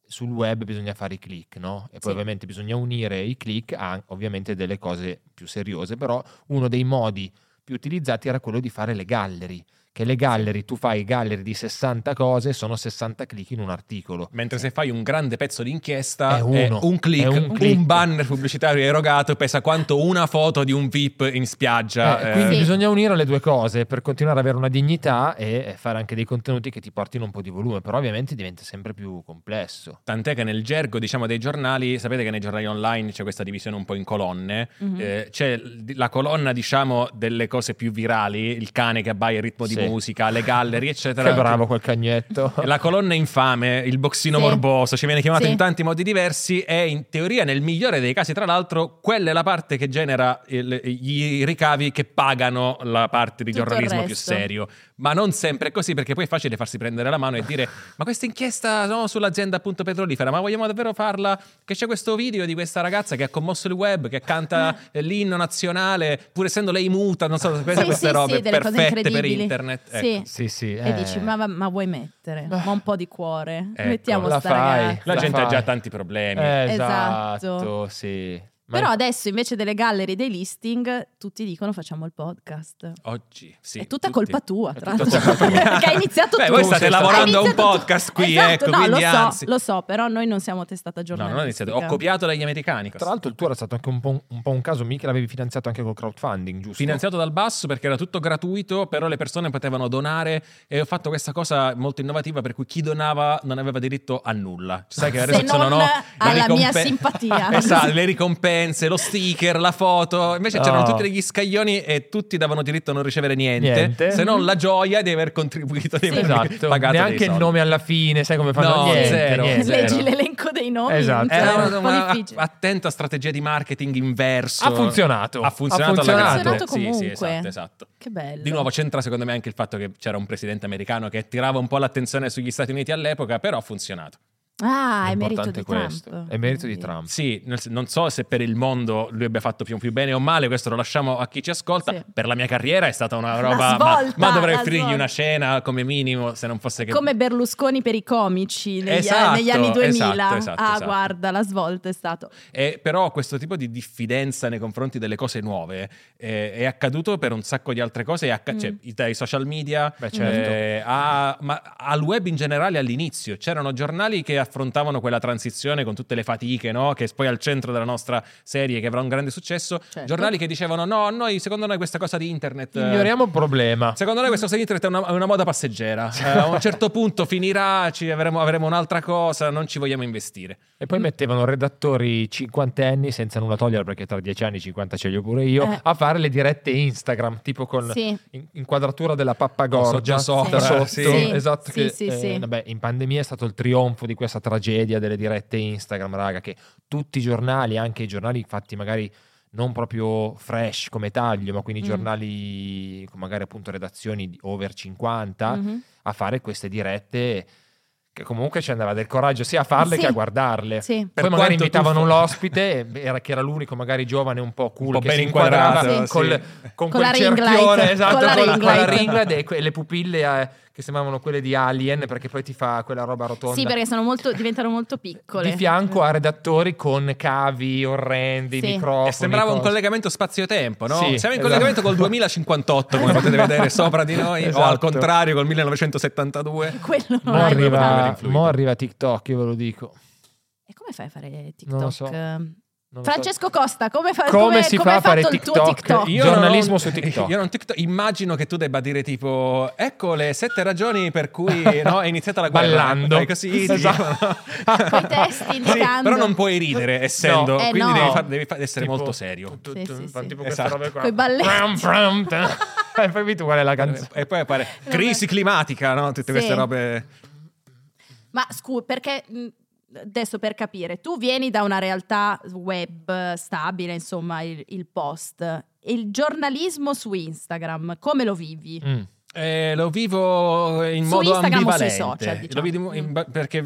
Speaker 2: sul web bisogna fare i click, no? E poi
Speaker 1: Sì.
Speaker 2: ovviamente bisogna unire i click a ovviamente delle cose più seriose, però uno dei modi più utilizzati era quello di fare le gallery, che le gallery, tu fai gallery di 60 cose, sono 60 click in un articolo.
Speaker 3: Mentre se fai un grande pezzo d'inchiesta,
Speaker 2: È
Speaker 3: è
Speaker 2: uno.
Speaker 3: un click,
Speaker 2: È un
Speaker 3: un,
Speaker 2: click.
Speaker 3: banner pubblicitario erogato pesa quanto una foto di un VIP in spiaggia.
Speaker 2: Eh,
Speaker 3: eh.
Speaker 2: quindi
Speaker 1: Sì.
Speaker 2: bisogna unire le due cose per continuare ad avere una dignità e eh, fare anche dei contenuti che ti portino un po' di volume, però ovviamente diventa sempre più complesso.
Speaker 3: Tant'è che nel gergo diciamo, dei giornali, sapete che nei giornali online c'è questa divisione un po' in colonne,
Speaker 1: Mhm.
Speaker 3: Eh, c'è l- la colonna diciamo, delle cose più virali, il cane che abbaia il ritmo
Speaker 2: Sì.
Speaker 3: di musica, le gallerie, eccetera.
Speaker 2: Che bravo quel cagnetto. *laughs*
Speaker 3: La colonna infame, il boxino
Speaker 1: Sì.
Speaker 3: morboso, ci viene chiamato
Speaker 1: Sì.
Speaker 3: in tanti modi diversi e in teoria nel migliore dei casi, tra l'altro, quella è la parte che genera il- i ricavi che pagano la parte di
Speaker 1: Tutto il
Speaker 3: giornalismo più
Speaker 1: resto.
Speaker 3: serio. Ma non sempre è così perché poi è facile farsi prendere la mano e dire ma questa inchiesta no, sull'azienda appunto petrolifera, ma vogliamo davvero farla? Che c'è questo video di questa ragazza che ha commosso il web,
Speaker 1: *laughs*
Speaker 3: che canta l'inno nazionale, pur essendo lei muta, non so, queste,
Speaker 1: Sì,
Speaker 3: queste
Speaker 1: sì,
Speaker 3: robe
Speaker 1: sì, delle cose
Speaker 3: perfette per
Speaker 1: incredibili.
Speaker 3: internet.
Speaker 1: Sì.
Speaker 3: Ecco.
Speaker 2: Sì, sì.
Speaker 1: E
Speaker 2: eh.
Speaker 1: dici, ma, ma vuoi mettere?
Speaker 2: Bah.
Speaker 1: Ma un po' di cuore.
Speaker 3: Ecco,
Speaker 1: Mettiamo
Speaker 2: la
Speaker 1: sta
Speaker 2: fai.
Speaker 1: ragazza.
Speaker 3: La
Speaker 2: La
Speaker 3: gente ha
Speaker 2: fai.
Speaker 3: già tanti problemi.
Speaker 2: Eh,
Speaker 1: Esatto.
Speaker 2: Esatto, sì. Ma-
Speaker 1: Però adesso invece delle gallery, dei listing, tutti dicono facciamo il podcast.
Speaker 3: Oggi, sì.
Speaker 1: è tutta
Speaker 3: tutti.
Speaker 1: colpa tua, tra
Speaker 3: È tutta
Speaker 1: l'altro.
Speaker 3: colpa mia.
Speaker 1: *laughs* Perché hai iniziato
Speaker 3: Beh,
Speaker 1: tu.
Speaker 3: voi state
Speaker 2: Hai
Speaker 3: lavorando a un
Speaker 1: Hai iniziato tu.
Speaker 3: podcast qui,
Speaker 1: Esatto,
Speaker 3: ecco,
Speaker 1: no,
Speaker 3: quindi
Speaker 1: lo so,
Speaker 3: anzi.
Speaker 1: lo so, però noi non siamo testata
Speaker 3: No,
Speaker 1: giornalistica.
Speaker 3: non ho iniziato, ho
Speaker 1: *laughs*
Speaker 3: copiato dagli americani.
Speaker 2: Tra l'altro il tuo era stato anche un po' un, un po' un caso, mica l'avevi finanziato anche col crowdfunding, giusto? *laughs*
Speaker 3: Finanziato dal basso perché era tutto gratuito, però le persone potevano donare e ho fatto questa cosa molto innovativa per cui chi donava non aveva diritto a nulla. Cioè, Sai che
Speaker 1: Se
Speaker 3: adesso
Speaker 1: non
Speaker 3: non ho le
Speaker 1: alla mia
Speaker 3: ricompe-
Speaker 1: simpatia.
Speaker 3: *laughs* esatto, le ricompense, lo sticker, la foto. Invece c'erano
Speaker 2: No.
Speaker 3: tutti degli scaglioni e tutti davano diritto a non ricevere niente,
Speaker 2: Niente.
Speaker 3: se non la gioia di aver contribuito, di aver
Speaker 2: Esatto.
Speaker 3: pagato dei
Speaker 2: Neanche il
Speaker 3: soldi.
Speaker 2: nome alla fine, sai come fanno
Speaker 3: No,
Speaker 2: niente,
Speaker 3: zero,
Speaker 2: niente.
Speaker 3: Eh, zero. Eh,
Speaker 1: Leggi l'elenco dei nomi.
Speaker 2: Esatto.
Speaker 1: cioè,
Speaker 3: Era
Speaker 1: è
Speaker 3: una,
Speaker 1: un po'
Speaker 3: una
Speaker 1: difficile.
Speaker 3: attenta strategia di marketing inverso.
Speaker 2: Ha funzionato.
Speaker 3: Ha funzionato,
Speaker 2: Ha
Speaker 3: alla
Speaker 2: funzionato.
Speaker 3: grande.
Speaker 1: Ha Esatto. funzionato
Speaker 3: Sì, sì,
Speaker 1: comunque.
Speaker 3: esatto, esatto.
Speaker 1: Che bello.
Speaker 3: Di nuovo c'entra secondo me anche il fatto che c'era un presidente americano che tirava un po' l'attenzione sugli Stati Uniti all'epoca, però ha funzionato.
Speaker 1: Ah, è merito
Speaker 2: L'importante
Speaker 1: di
Speaker 2: è questo.
Speaker 1: Trump.
Speaker 2: È merito di
Speaker 1: Quindi-
Speaker 2: Trump.
Speaker 3: Sì, nel sen- non so se per il mondo lui abbia fatto più, più bene o male, questo lo lasciamo a chi ci ascolta.
Speaker 1: Sì.
Speaker 3: Per la mia carriera è stata
Speaker 1: La
Speaker 3: una roba.
Speaker 1: svolta,
Speaker 3: ma, ma dovrei
Speaker 1: la
Speaker 3: offrirgli
Speaker 1: svolta.
Speaker 3: una cena come minimo, se non fosse che.
Speaker 1: Come Berlusconi per i comici negli, eh,
Speaker 3: Esatto,
Speaker 1: negli anni 2000.
Speaker 3: esatto, esatto,
Speaker 1: ah,
Speaker 3: esatto.
Speaker 1: guarda, la svolta è stato.
Speaker 3: Eh, però questo tipo di diffidenza nei confronti delle cose nuove eh, è accaduto per un sacco di altre cose, è acca-
Speaker 1: Mm.
Speaker 3: cioè, i, dai social media,
Speaker 2: Beh, certo.
Speaker 3: eh, a- ma al web in generale all'inizio c'erano giornali che affrontavano quella transizione con tutte le fatiche, no? che è poi al centro della nostra serie che avrà un grande successo,
Speaker 1: Certo.
Speaker 3: giornali che dicevano no, noi secondo noi questa cosa di internet... eh,
Speaker 2: Ignoriamo il problema.
Speaker 3: Secondo noi questa cosa di internet è una, è una moda passeggera. Eh, a un certo punto finirà, ci avremo, avremo un'altra cosa, non ci vogliamo investire.
Speaker 2: E
Speaker 1: Mm.
Speaker 2: poi mettevano redattori cinquantenni, senza nulla togliere perché tra dieci anni 50 ce li ho pure io,
Speaker 1: Eh.
Speaker 2: a fare le dirette Instagram, tipo con
Speaker 1: Sì.
Speaker 2: in- inquadratura della pappagorgia
Speaker 3: Già sopra,
Speaker 2: sotto.
Speaker 3: sì.
Speaker 1: Sì,
Speaker 2: Esatto,
Speaker 1: sì,
Speaker 2: che,
Speaker 1: sì,
Speaker 2: eh,
Speaker 1: sì.
Speaker 2: vabbè, in pandemia è stato il trionfo di questa tragedia delle dirette Instagram, raga, che tutti i giornali, anche i giornali fatti magari non proprio fresh come taglio, ma quindi
Speaker 1: Mm.
Speaker 2: giornali con magari appunto redazioni di over 50,
Speaker 1: Mhm.
Speaker 2: a fare queste dirette che comunque ci andava del coraggio sia a farle
Speaker 1: Sì.
Speaker 2: che a guardarle.
Speaker 1: Sì.
Speaker 2: Poi
Speaker 3: Per
Speaker 2: magari
Speaker 3: quanto tu
Speaker 2: invitavano
Speaker 3: fo-
Speaker 2: l'ospite, eh, era, che era l'unico magari giovane un po' cool,
Speaker 3: Un po'
Speaker 2: che
Speaker 3: ben
Speaker 2: si inquadrava
Speaker 1: inquadrato,
Speaker 3: sì.
Speaker 2: col, con,
Speaker 1: Con
Speaker 2: quel
Speaker 1: la ringlight.
Speaker 2: cerchione, esatto, con
Speaker 1: Con la
Speaker 2: con la,
Speaker 1: ringlight.
Speaker 2: ringlight e que- le pupille eh, che sembravano quelle di Alien perché poi ti fa quella roba rotonda.
Speaker 1: Sì, perché sono molto, diventano molto piccole.
Speaker 2: Di fianco a redattori con cavi orrendi,
Speaker 1: Sì. Eh,
Speaker 2: microfoni.
Speaker 3: E sembrava un
Speaker 2: cose.
Speaker 3: collegamento spazio-tempo, no?
Speaker 2: Sì,
Speaker 3: Siamo in
Speaker 2: esatto.
Speaker 3: collegamento col 2058, come potete vedere sopra
Speaker 2: *laughs*
Speaker 3: di noi, o al
Speaker 2: Esatto.
Speaker 3: contrario col 1972.
Speaker 1: *laughs* Quello non
Speaker 2: Mo'
Speaker 1: ha
Speaker 3: Morri,
Speaker 1: aiutato.
Speaker 3: va.
Speaker 2: arriva,
Speaker 3: influito.
Speaker 2: mo' arriva TikTok, io ve lo dico.
Speaker 1: E come fai a fare TikTok?
Speaker 2: Non lo so. Non lo so.
Speaker 1: Francesco Costa, come, fa-
Speaker 2: Come si fa
Speaker 1: hai
Speaker 2: a fare
Speaker 1: fatto il tuo
Speaker 2: TikTok?
Speaker 1: TikTok?
Speaker 2: Io- Giornalismo
Speaker 3: non-
Speaker 2: su TikTok.
Speaker 3: *laughs* Io non TikTok. Immagino che tu debba dire tipo, ecco le sette ragioni per cui no, è iniziata la guerra.
Speaker 2: Ballando.
Speaker 3: Fai
Speaker 2: *laughs*
Speaker 3: così, diciamo, sì.
Speaker 2: Esatto.
Speaker 1: Coi testi indicando.
Speaker 3: però non puoi ridere, essendo,
Speaker 1: Eh, no.
Speaker 3: quindi devi, far- devi fa- essere
Speaker 2: Tipo-
Speaker 3: molto serio.
Speaker 2: Tu-
Speaker 1: Sì,
Speaker 2: tu-
Speaker 1: sì,
Speaker 2: fa
Speaker 1: sì.
Speaker 2: tipo queste
Speaker 3: Esatto.
Speaker 2: robe qua.
Speaker 1: Coi balletti.
Speaker 2: Pram,
Speaker 1: *laughs*
Speaker 2: pram, tam. Hai capito qual è la canzone?
Speaker 3: E poi appare
Speaker 1: Vabbè.
Speaker 3: crisi climatica, no? Tutte
Speaker 1: Sì.
Speaker 3: queste robe.
Speaker 1: Ma scusa, perché mh, adesso per capire, tu vieni da una realtà web eh, stabile, insomma, il, il post, e il giornalismo su Instagram, come lo vivi?
Speaker 2: Mm.
Speaker 3: Eh, lo vivo in
Speaker 1: Su
Speaker 3: modo
Speaker 1: Instagram o sui
Speaker 3: ambivalente.
Speaker 1: social, diciamo.
Speaker 3: Lo vivo in-
Speaker 1: Mm.
Speaker 3: ba- perché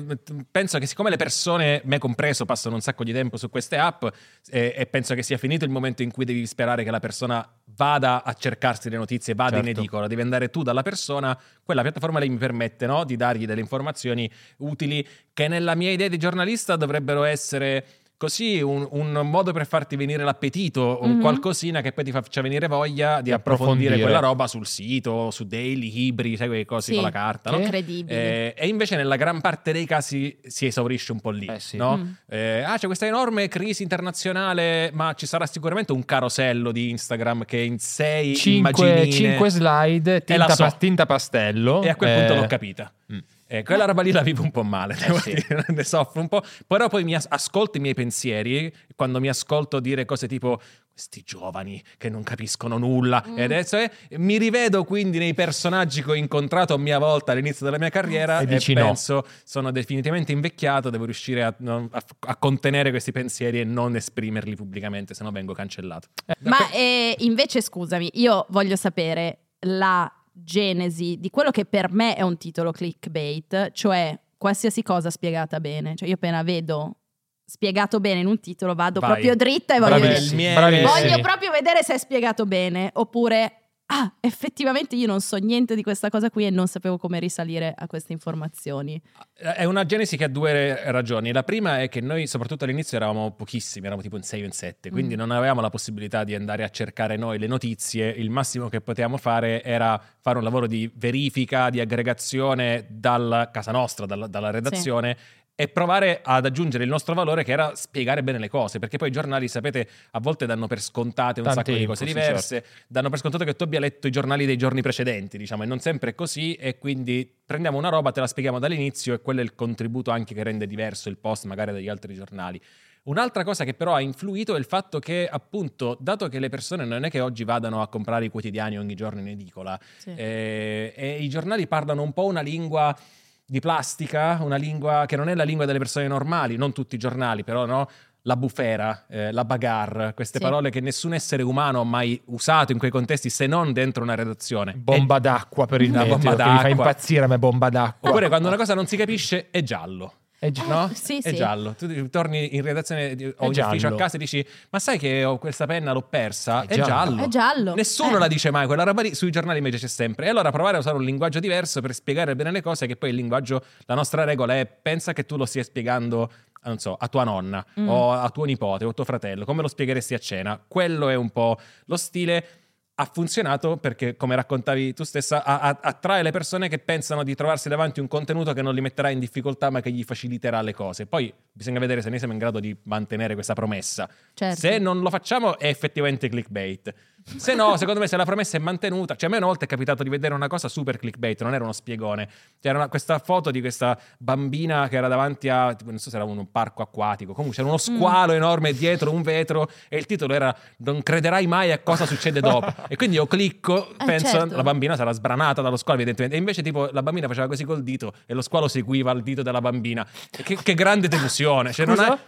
Speaker 3: penso che siccome le persone, me compreso, passano un sacco di tempo su queste app eh, e penso che sia finito il momento in cui devi sperare che la persona vada a cercarsi le notizie, vada in
Speaker 2: Certo.
Speaker 3: edicola, devi andare tu dalla persona, quella piattaforma lì mi permette no, di dargli delle informazioni utili che nella mia idea di giornalista dovrebbero essere così un, un modo per farti venire l'appetito, un
Speaker 1: Mhm.
Speaker 3: qualcosina che poi ti faccia venire voglia di
Speaker 2: Di
Speaker 3: approfondire,
Speaker 2: approfondire.
Speaker 3: quella roba sul sito, su daily, libri, sai quelle cose
Speaker 1: Sì.
Speaker 3: con la carta, no?
Speaker 1: Incredibile.
Speaker 3: Eh, e invece nella gran parte dei casi si esaurisce un po' lì,
Speaker 2: Eh sì.
Speaker 3: no?
Speaker 1: Mm.
Speaker 3: Eh, ah, c'è questa enorme crisi internazionale, ma ci sarà sicuramente un carosello di Instagram che in sei
Speaker 2: Cinque,
Speaker 3: immaginine...
Speaker 2: cinque slide,
Speaker 3: E la
Speaker 2: tinta,
Speaker 3: so.
Speaker 2: pas- tinta pastello.
Speaker 3: E a quel punto
Speaker 2: Eh,
Speaker 3: l'ho capita.
Speaker 2: Mm.
Speaker 3: Eh, quella roba lì la vivo un po' male, devo
Speaker 2: Eh, sì.
Speaker 3: dire, *laughs* ne soffro un po', però poi mi as- ascolto i miei pensieri quando mi ascolto dire cose tipo questi giovani che non capiscono nulla
Speaker 1: Mm.
Speaker 3: e adesso eh, mi rivedo quindi nei personaggi che ho incontrato a mia volta all'inizio della mia carriera
Speaker 2: E
Speaker 3: e,
Speaker 2: dici no.
Speaker 3: penso sono definitivamente invecchiato, devo riuscire a, non- a- a contenere questi pensieri e non esprimerli pubblicamente, se no vengo cancellato.
Speaker 1: Ma eh, invece, scusami, io voglio sapere la genesi di quello che per me è un titolo clickbait, cioè qualsiasi cosa spiegata bene. Cioè, io appena vedo spiegato bene in un titolo, vado
Speaker 3: Vai.
Speaker 1: proprio dritta e voglio
Speaker 3: Bravissimo.
Speaker 1: vedere.
Speaker 2: Bravissimi,
Speaker 3: il miele.
Speaker 2: bravissimi.
Speaker 1: Voglio proprio vedere se è spiegato bene oppure. Ah, effettivamente io non so niente di questa cosa qui e non sapevo come risalire a queste informazioni.
Speaker 3: Eh, È una genesi che ha due ragioni. La prima è che noi, soprattutto all'inizio, eravamo pochissimi, eravamo tipo in 6 o in 7, quindi
Speaker 1: Mm.
Speaker 3: non avevamo la possibilità di andare a cercare noi le notizie. Il massimo che potevamo fare era fare un lavoro di verifica, di aggregazione dalla casa nostra, dalla, dalla redazione. E provare ad aggiungere il nostro valore, che era spiegare bene le cose, perché poi i giornali, sapete, a volte danno per scontate un
Speaker 2: Tante
Speaker 3: sacco di
Speaker 2: info,
Speaker 3: cose
Speaker 2: sì, certo.
Speaker 3: diverse, danno per scontato che tu abbia letto i giornali dei giorni precedenti, diciamo, e non sempre è così, e quindi prendiamo una roba, te la spieghiamo dall'inizio, e quello è il contributo anche che rende diverso il post magari dagli altri giornali. Un'altra cosa che però ha influito è il fatto che, appunto, dato che le persone non è che oggi vadano a comprare i quotidiani ogni giorno in edicola, eh, e i giornali parlano un po' una lingua di plastica, una lingua che non è la lingua delle persone normali, non tutti i giornali, però no? La bufera, eh, la bagarre, queste
Speaker 1: Sì.
Speaker 3: parole che nessun essere umano ha mai usato in quei contesti se non dentro una redazione.
Speaker 2: Bomba d'acqua per il
Speaker 3: Eh, Una
Speaker 2: meteo,
Speaker 3: bomba
Speaker 2: che mi fa
Speaker 3: d'acqua.
Speaker 2: impazzire a me bomba
Speaker 3: E-
Speaker 2: d'acqua.
Speaker 3: oppure quando una cosa non si capisce è giallo.
Speaker 2: È gi-
Speaker 1: Eh, *laughs*
Speaker 3: No?
Speaker 1: sì,
Speaker 3: è
Speaker 1: sì.
Speaker 3: giallo. Tu di- torni in redazione di-
Speaker 2: È
Speaker 3: o in ufficio
Speaker 2: giallo.
Speaker 3: a casa e dici: Ma sai che ho questa penna, l'ho persa?
Speaker 2: È
Speaker 3: È,
Speaker 2: giallo.
Speaker 3: giallo.
Speaker 1: È giallo.
Speaker 3: Nessuno
Speaker 1: Eh.
Speaker 3: la dice mai, quella roba lì sui giornali invece c'è sempre. E allora provare a usare un linguaggio diverso per spiegare bene le cose, che poi il linguaggio, la nostra regola è pensa che tu lo stia spiegando, non so, a tua nonna
Speaker 1: Mm.
Speaker 3: o a tuo nipote o a tuo fratello, come lo spiegheresti a cena. Quello è un po' lo stile. Ha funzionato perché, come raccontavi tu stessa, a- a- attrae le persone che pensano di trovarsi davanti un contenuto che non li metterà in difficoltà ma che gli faciliterà le cose. Poi bisogna vedere se noi siamo in grado di mantenere questa promessa.
Speaker 1: Certo.
Speaker 3: Se non lo facciamo è effettivamente clickbait. Se no, secondo me, se la promessa è mantenuta, cioè a me una volta è capitato di vedere una cosa super clickbait, non era uno spiegone. C'era una- questa foto di questa bambina che era davanti a, tipo, non so se era un parco acquatico, comunque c'era uno
Speaker 1: Mm.
Speaker 3: squalo enorme dietro un vetro e il titolo era Non crederai mai a cosa succede dopo. e quindi io clicco,
Speaker 1: *laughs* Eh,
Speaker 3: penso
Speaker 1: certo.
Speaker 3: la bambina sarà sbranata dallo squalo evidentemente, e invece tipo la bambina faceva così col dito e lo squalo seguiva il dito della bambina. Che, che grande delusione, cioè non
Speaker 2: Scusa?
Speaker 3: è...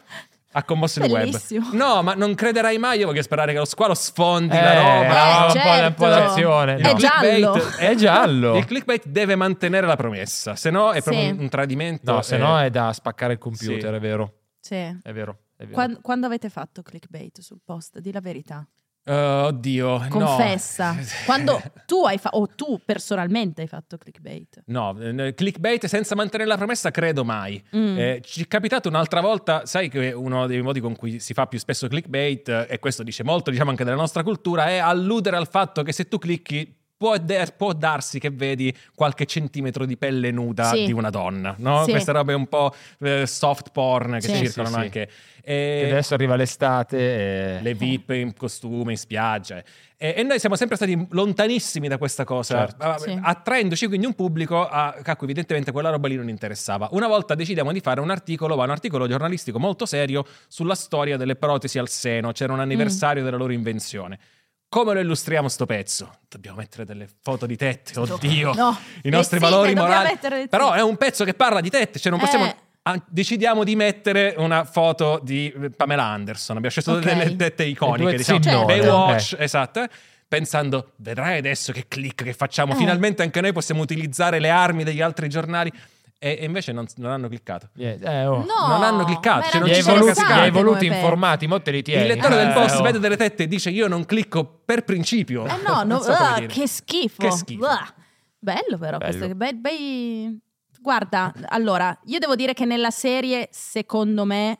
Speaker 3: Ha commosso il *laughs*
Speaker 1: Bellissimo.
Speaker 3: web. No, ma non crederai mai. Io voglio sperare che lo squalo sfondi
Speaker 2: Eh,
Speaker 3: la roba.
Speaker 2: un po'
Speaker 1: Eh, certo.
Speaker 2: un po' d'azione.
Speaker 1: È
Speaker 2: No.
Speaker 3: Il clickbait-
Speaker 1: giallo.
Speaker 2: È giallo.
Speaker 3: Il clickbait deve mantenere la promessa, se no è proprio
Speaker 1: certo. Sì.
Speaker 3: un, un tradimento.
Speaker 2: No, se no
Speaker 3: eh.
Speaker 2: è da spaccare il computer,
Speaker 3: Sì.
Speaker 2: è vero.
Speaker 1: Sì.
Speaker 2: È vero. È vero.
Speaker 1: Quan- quando avete fatto clickbait sul post? Di la verità.
Speaker 3: Eh, oddio, no.
Speaker 1: Confessa.
Speaker 3: *laughs*
Speaker 1: Quando tu hai fatto, o tu personalmente hai fatto clickbait.
Speaker 3: No, eh, clickbait senza mantenere la promessa credo mai.
Speaker 1: Mm.
Speaker 3: Eh, ci è capitato un'altra volta, sai che uno dei modi con cui si fa più spesso clickbait, eh, e questo dice molto diciamo anche della nostra cultura, è alludere al fatto che se tu clicchi può, de- può darsi che vedi qualche centimetro di pelle nuda
Speaker 1: Sì.
Speaker 3: di una donna, no?
Speaker 1: Sì.
Speaker 3: Queste robe un po' eh, soft porn che
Speaker 1: Sì.
Speaker 3: circolano
Speaker 2: Sì, sì.
Speaker 3: anche.
Speaker 2: Che
Speaker 3: E-
Speaker 2: adesso arriva l'estate e...
Speaker 3: le VIP in costume, in spiaggia. E, e noi siamo sempre stati lontanissimi da questa cosa,
Speaker 2: Certo.
Speaker 3: a-
Speaker 1: Sì.
Speaker 3: attraendoci quindi un pubblico a, a cui evidentemente quella roba lì non interessava. Una volta decidiamo di fare un articolo, ma un articolo giornalistico molto serio sulla storia delle protesi al seno, c'era un anniversario
Speaker 1: Mm.
Speaker 3: della loro invenzione. Come lo illustriamo sto pezzo? Dobbiamo mettere delle foto di tette, oddio,
Speaker 1: *laughs* No.
Speaker 3: i nostri
Speaker 1: Le zite,
Speaker 3: valori
Speaker 1: dobbiamo
Speaker 3: morali.
Speaker 1: mettere le
Speaker 3: Però
Speaker 1: zite.
Speaker 3: è un pezzo che parla di tette, cioè non possiamo...
Speaker 1: Eh.
Speaker 3: Ah, decidiamo di mettere una foto di eh, Pamela Anderson, abbiamo scelto
Speaker 1: Ok.
Speaker 3: delle tette
Speaker 2: Le
Speaker 3: iconiche,
Speaker 2: due
Speaker 3: diciamo,
Speaker 1: zinnore.
Speaker 3: Baywatch, esatto, eh. pensando, vedrai adesso che click che facciamo,
Speaker 1: Eh.
Speaker 3: finalmente anche noi possiamo utilizzare le armi degli altri giornali, e, e invece non, non hanno cliccato.
Speaker 2: Niente, eh, oh.
Speaker 1: No,
Speaker 3: non hanno cliccato,
Speaker 1: ma
Speaker 3: cioè
Speaker 1: era
Speaker 3: non
Speaker 2: Gli
Speaker 3: ci
Speaker 2: hai
Speaker 3: sono
Speaker 2: voluti,
Speaker 3: cascate
Speaker 2: gli hai
Speaker 1: come
Speaker 2: voluti
Speaker 1: pezzo.
Speaker 2: informati, mo te li tieni.
Speaker 3: Il lettore del
Speaker 2: Eh,
Speaker 3: post
Speaker 2: oh.
Speaker 3: vede delle tette e dice io non clicco per *laughs* principio.
Speaker 1: Eh no, no
Speaker 3: Non so come
Speaker 1: ah,
Speaker 3: dire.
Speaker 1: che schifo.
Speaker 3: Che schifo.
Speaker 1: Ah. Bello però,
Speaker 2: Bello.
Speaker 1: questo bei- bei- Guarda, allora, io devo dire che nella serie, secondo me,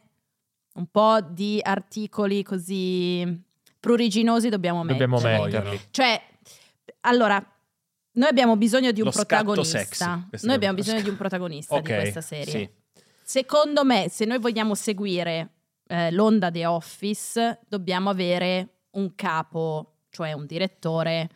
Speaker 1: un po' di articoli così pruriginosi dobbiamo mettere.
Speaker 2: Dobbiamo
Speaker 3: Ci
Speaker 2: metterli.
Speaker 3: vogliono.
Speaker 1: Cioè, allora, noi abbiamo bisogno di un
Speaker 3: Lo scatto
Speaker 1: protagonista.
Speaker 3: sexy. Questo
Speaker 1: Noi
Speaker 3: è-
Speaker 1: abbiamo bisogno di un protagonista
Speaker 3: Ok,
Speaker 1: di questa serie.
Speaker 3: sì.
Speaker 1: Secondo me, se noi vogliamo seguire eh, l'onda The Office, dobbiamo avere un capo, cioè un direttore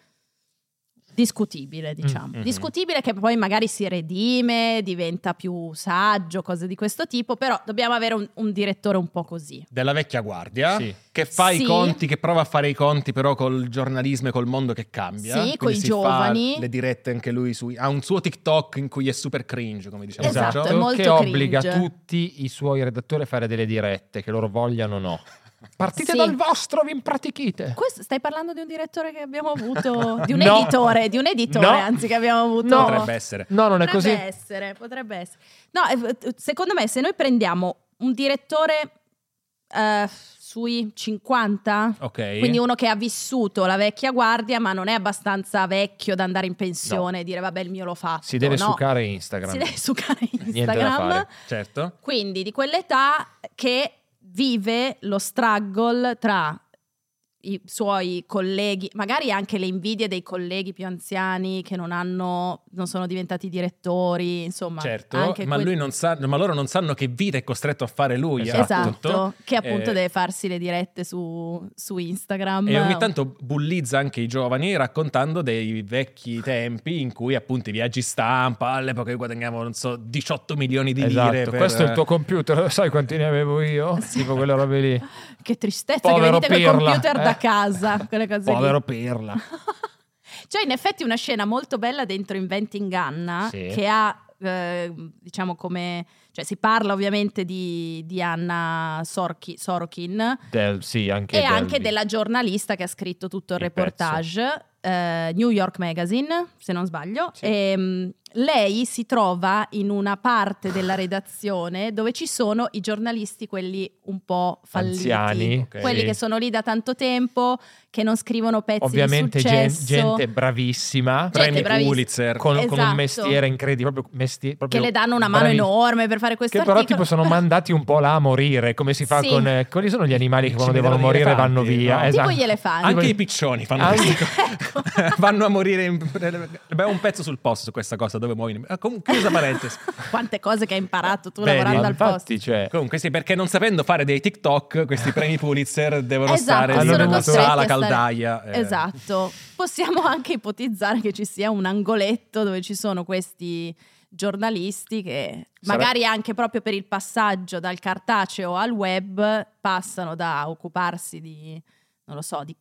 Speaker 1: discutibile, diciamo.
Speaker 3: mhm.
Speaker 1: Discutibile che poi magari si redime, diventa più saggio, cose di questo tipo, però dobbiamo avere un, un direttore un po' così.
Speaker 3: Della vecchia guardia,
Speaker 2: Sì.
Speaker 3: che fa
Speaker 1: Sì.
Speaker 3: i conti, che prova a fare i conti però col giornalismo e col mondo che cambia.
Speaker 1: Sì,
Speaker 3: Quindi
Speaker 1: coi
Speaker 3: si fa
Speaker 1: giovani.
Speaker 3: Le dirette anche lui su, ha un suo TikTok in cui è super cringe, come diciamo. Cioè, diceva
Speaker 1: Esatto,
Speaker 3: Giorgio.
Speaker 1: è molto
Speaker 2: che obbliga
Speaker 1: cringe.
Speaker 2: tutti i suoi redattori a fare delle dirette, che loro vogliano o no. Partite
Speaker 1: Sì.
Speaker 2: dal vostro, vi impratichite.
Speaker 1: Questo- stai parlando di un direttore che abbiamo
Speaker 2: *laughs*
Speaker 1: avuto, di un
Speaker 2: No.
Speaker 1: editore, di un editore
Speaker 2: No.
Speaker 1: anzi che abbiamo avuto.
Speaker 2: No.
Speaker 3: Potrebbe essere.
Speaker 2: No, non è
Speaker 1: potrebbe
Speaker 2: così.
Speaker 1: essere, potrebbe essere. No, eh, secondo me se noi prendiamo un direttore eh, sui 50,
Speaker 3: Ok.
Speaker 1: quindi uno che ha vissuto la vecchia guardia ma non è abbastanza vecchio da andare in pensione e dire vabbè il mio lo fa.
Speaker 2: Si deve
Speaker 1: no.
Speaker 2: succare Instagram.
Speaker 1: Si deve succare
Speaker 2: Niente da fare.
Speaker 1: Instagram.
Speaker 3: Certo.
Speaker 1: Quindi di quell'età che vive lo struggle tra i suoi colleghi, magari anche le invidie dei colleghi più anziani che non hanno, non sono diventati direttori, insomma.
Speaker 3: Certo,
Speaker 1: anche
Speaker 3: ma,
Speaker 1: quel-
Speaker 3: lui non sa, ma loro non sanno che vita è costretto a fare lui.
Speaker 2: Esatto.
Speaker 1: Esatto, che appunto
Speaker 3: Eh,
Speaker 1: deve farsi le dirette su, su Instagram.
Speaker 3: E ogni tanto bullizza anche i giovani raccontando dei vecchi tempi in cui appunto i viaggi stampa, all'epoca che guadagnavamo, non so, 18 milioni di
Speaker 2: Esatto,
Speaker 3: lire. per-
Speaker 2: questo è il tuo computer, sai quanti ne avevo io?
Speaker 1: *laughs* Sì.
Speaker 2: Tipo quelle robe lì.
Speaker 1: Che tristezza
Speaker 2: Povero
Speaker 1: che venite con
Speaker 2: Pirla,
Speaker 1: il computer da
Speaker 2: eh.
Speaker 1: casa, quelle cose lì.
Speaker 2: Povero
Speaker 1: *laughs*
Speaker 2: Pirla.
Speaker 1: C'è in effetti una scena molto bella dentro Inventing Anna
Speaker 2: Sì.
Speaker 1: che ha, eh, diciamo come, cioè si parla ovviamente di, di Anna Sorki- Sorokin
Speaker 2: Del- sì, anche
Speaker 1: e
Speaker 2: Delby.
Speaker 1: anche della giornalista che ha scritto tutto il,
Speaker 2: Il
Speaker 1: reportage, eh, New York Magazine se non sbaglio,
Speaker 2: Sì.
Speaker 1: e, mm, lei si trova in una parte della redazione dove ci sono i giornalisti, quelli un po' falliti,
Speaker 2: Anziani, ok.
Speaker 1: quelli che sono lì da tanto tempo, che non scrivono pezzi
Speaker 2: Ovviamente
Speaker 1: di
Speaker 2: gen-
Speaker 1: successo.
Speaker 2: gente bravissima,
Speaker 1: Gente
Speaker 3: Premi
Speaker 1: bravissima.
Speaker 3: Pulitzer.
Speaker 2: con, con un
Speaker 1: Esatto.
Speaker 2: mestiere incredibile, proprio mestiere,
Speaker 1: che
Speaker 2: proprio
Speaker 1: le danno una mano
Speaker 2: bravi-
Speaker 1: enorme per fare questo
Speaker 2: Che però
Speaker 1: articolo.
Speaker 2: tipo sono mandati un po' là a morire, come si fa
Speaker 1: Sì.
Speaker 2: con... eh, quali sono gli animali che
Speaker 3: Ci
Speaker 2: quando devono
Speaker 3: vedono gli
Speaker 2: morire
Speaker 3: elefanti,
Speaker 2: vanno via?
Speaker 3: no?
Speaker 1: tipo
Speaker 2: Esatto.
Speaker 1: gli elefanti.
Speaker 2: Anche
Speaker 3: Anche
Speaker 2: voi-
Speaker 3: i piccioni fanno
Speaker 2: Anche-
Speaker 3: questo. *laughs* Vanno a morire. In... Abbiamo un pezzo sul posto su questa cosa dove muoiono. Ah, com- Chiusa parentesi.
Speaker 1: Quante cose che hai imparato tu
Speaker 2: Vedi,
Speaker 1: lavorando
Speaker 2: ma
Speaker 1: al posto.
Speaker 2: infatti, cioè,
Speaker 3: Comunque sì, perché non sapendo fare dei TikTok, questi premi Pulitzer devono
Speaker 1: Esatto,
Speaker 3: stare
Speaker 2: sono
Speaker 3: in una
Speaker 2: costretti
Speaker 3: sala
Speaker 1: a stare-
Speaker 3: caldaia. eh.
Speaker 1: Esatto. Possiamo anche ipotizzare che ci sia un angoletto dove ci sono questi giornalisti che
Speaker 2: Sare-
Speaker 1: magari anche proprio per il passaggio dal cartaceo al web passano da occuparsi di non lo so, di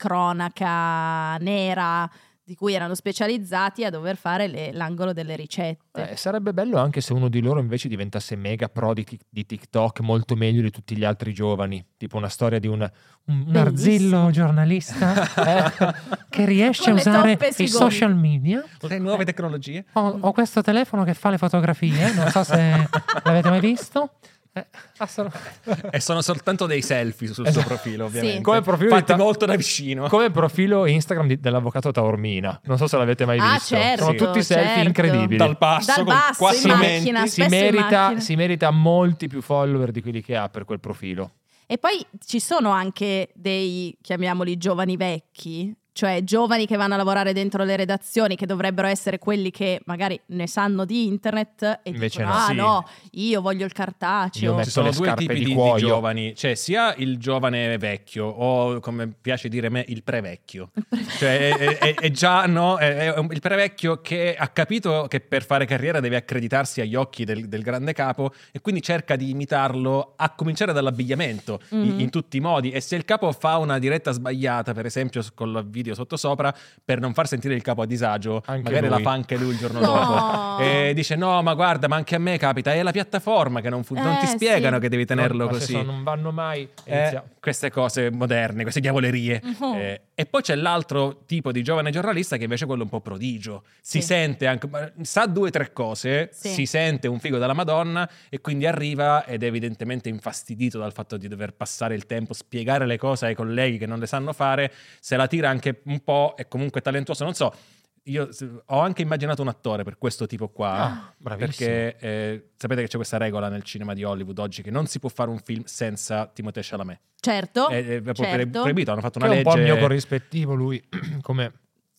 Speaker 1: cronaca nera di cui erano specializzati a dover fare le- l'angolo delle ricette.
Speaker 2: eh, sarebbe bello anche se uno di loro invece diventasse mega pro di, tic- di TikTok, molto meglio di tutti gli altri giovani. Tipo una storia di un, un- un
Speaker 1: Bellissimo.
Speaker 2: arzillo giornalista
Speaker 3: *laughs*
Speaker 2: eh, che riesce
Speaker 1: Con
Speaker 2: a
Speaker 1: le
Speaker 2: usare
Speaker 1: toppe sui
Speaker 2: i
Speaker 1: gomiti.
Speaker 2: social media.
Speaker 3: Le Cioè, nuove tecnologie.
Speaker 2: Ho, ho questo telefono che fa le fotografie, non so
Speaker 3: *laughs*
Speaker 2: se l'avete mai visto. Eh, assolutamente.
Speaker 3: E sono soltanto dei selfie sul suo
Speaker 2: Esatto.
Speaker 3: profilo, ovviamente.
Speaker 1: Sì.
Speaker 2: Come profilo
Speaker 3: Fatti
Speaker 2: di ta-
Speaker 3: molto da vicino.
Speaker 2: Come profilo Instagram di- dell'avvocato Taormina. Non so se l'avete mai
Speaker 1: Ah,
Speaker 2: visto.
Speaker 1: certo,
Speaker 2: Sono tutti selfie
Speaker 1: certo.
Speaker 2: incredibili.
Speaker 3: Dal passo,
Speaker 1: Dal
Speaker 3: con
Speaker 1: basso,
Speaker 3: quasi
Speaker 1: in
Speaker 3: me-
Speaker 1: macchina,
Speaker 2: si,
Speaker 1: spesso in
Speaker 2: merita,
Speaker 1: macchina.
Speaker 2: si merita molti più follower di quelli che ha per quel profilo.
Speaker 1: E poi ci sono anche dei, chiamiamoli giovani vecchi, cioè giovani che vanno a lavorare dentro le redazioni, che dovrebbero essere quelli che magari ne sanno di internet e
Speaker 2: Invece
Speaker 1: dicono,
Speaker 2: no.
Speaker 1: ah
Speaker 3: Sì.
Speaker 1: no, io voglio il
Speaker 2: Io
Speaker 1: cartaceo.
Speaker 2: metto-
Speaker 3: Ci sono
Speaker 2: le
Speaker 3: due
Speaker 2: scarpe
Speaker 3: tipi
Speaker 2: di
Speaker 3: di, di
Speaker 2: cuoio.
Speaker 3: giovani, cioè sia il giovane vecchio o come piace dire a me il prevecchio.
Speaker 1: *laughs*
Speaker 3: Cioè è, è- è- è già no, è, è un- il prevecchio che ha capito che per fare carriera deve accreditarsi agli occhi del, del grande capo e quindi cerca di imitarlo a cominciare dall'abbigliamento i-
Speaker 1: Mhm.
Speaker 3: in, tutti i modi e se il capo fa una diretta sbagliata, per esempio s- col video sottosopra, per non far sentire il capo a disagio,
Speaker 2: Anche
Speaker 3: magari
Speaker 2: lui.
Speaker 3: la fa anche lui il giorno
Speaker 1: No.
Speaker 3: dopo. E dice "No, ma guarda, ma anche a me capita, è la piattaforma che non funziona, non
Speaker 1: Eh,
Speaker 3: ti
Speaker 1: sì.
Speaker 3: spiegano che devi tenerlo
Speaker 2: Ma se
Speaker 3: così.
Speaker 2: so- non vanno mai.
Speaker 3: Eh,
Speaker 2: inizia-
Speaker 3: queste cose moderne, queste diavolerie.
Speaker 1: Mhm.
Speaker 3: Eh, e poi c'è l'altro tipo di giovane giornalista che invece è quello un po' prodigio. Si
Speaker 1: Sì.
Speaker 3: sente anche, ma sa due o tre cose,
Speaker 1: Sì.
Speaker 3: si sente un figo dalla Madonna e quindi arriva ed è evidentemente infastidito dal fatto di dover passare il tempo, spiegare le cose ai colleghi che non le sanno fare, se la tira anche un po', è comunque talentuoso. Non so, io s- ho anche immaginato un attore per questo tipo qua.
Speaker 2: Ah, bravissimo.
Speaker 3: Perché eh, sapete che c'è questa regola nel cinema di Hollywood oggi che non si può fare un film senza Timothée Chalamet.
Speaker 1: certo,
Speaker 3: È, è eh, proprio pre-
Speaker 1: certo.
Speaker 3: proibito, hanno fatto
Speaker 2: Che
Speaker 3: una
Speaker 2: è un
Speaker 3: legge.
Speaker 2: po' il mio corrispettivo lui. *clears throat* come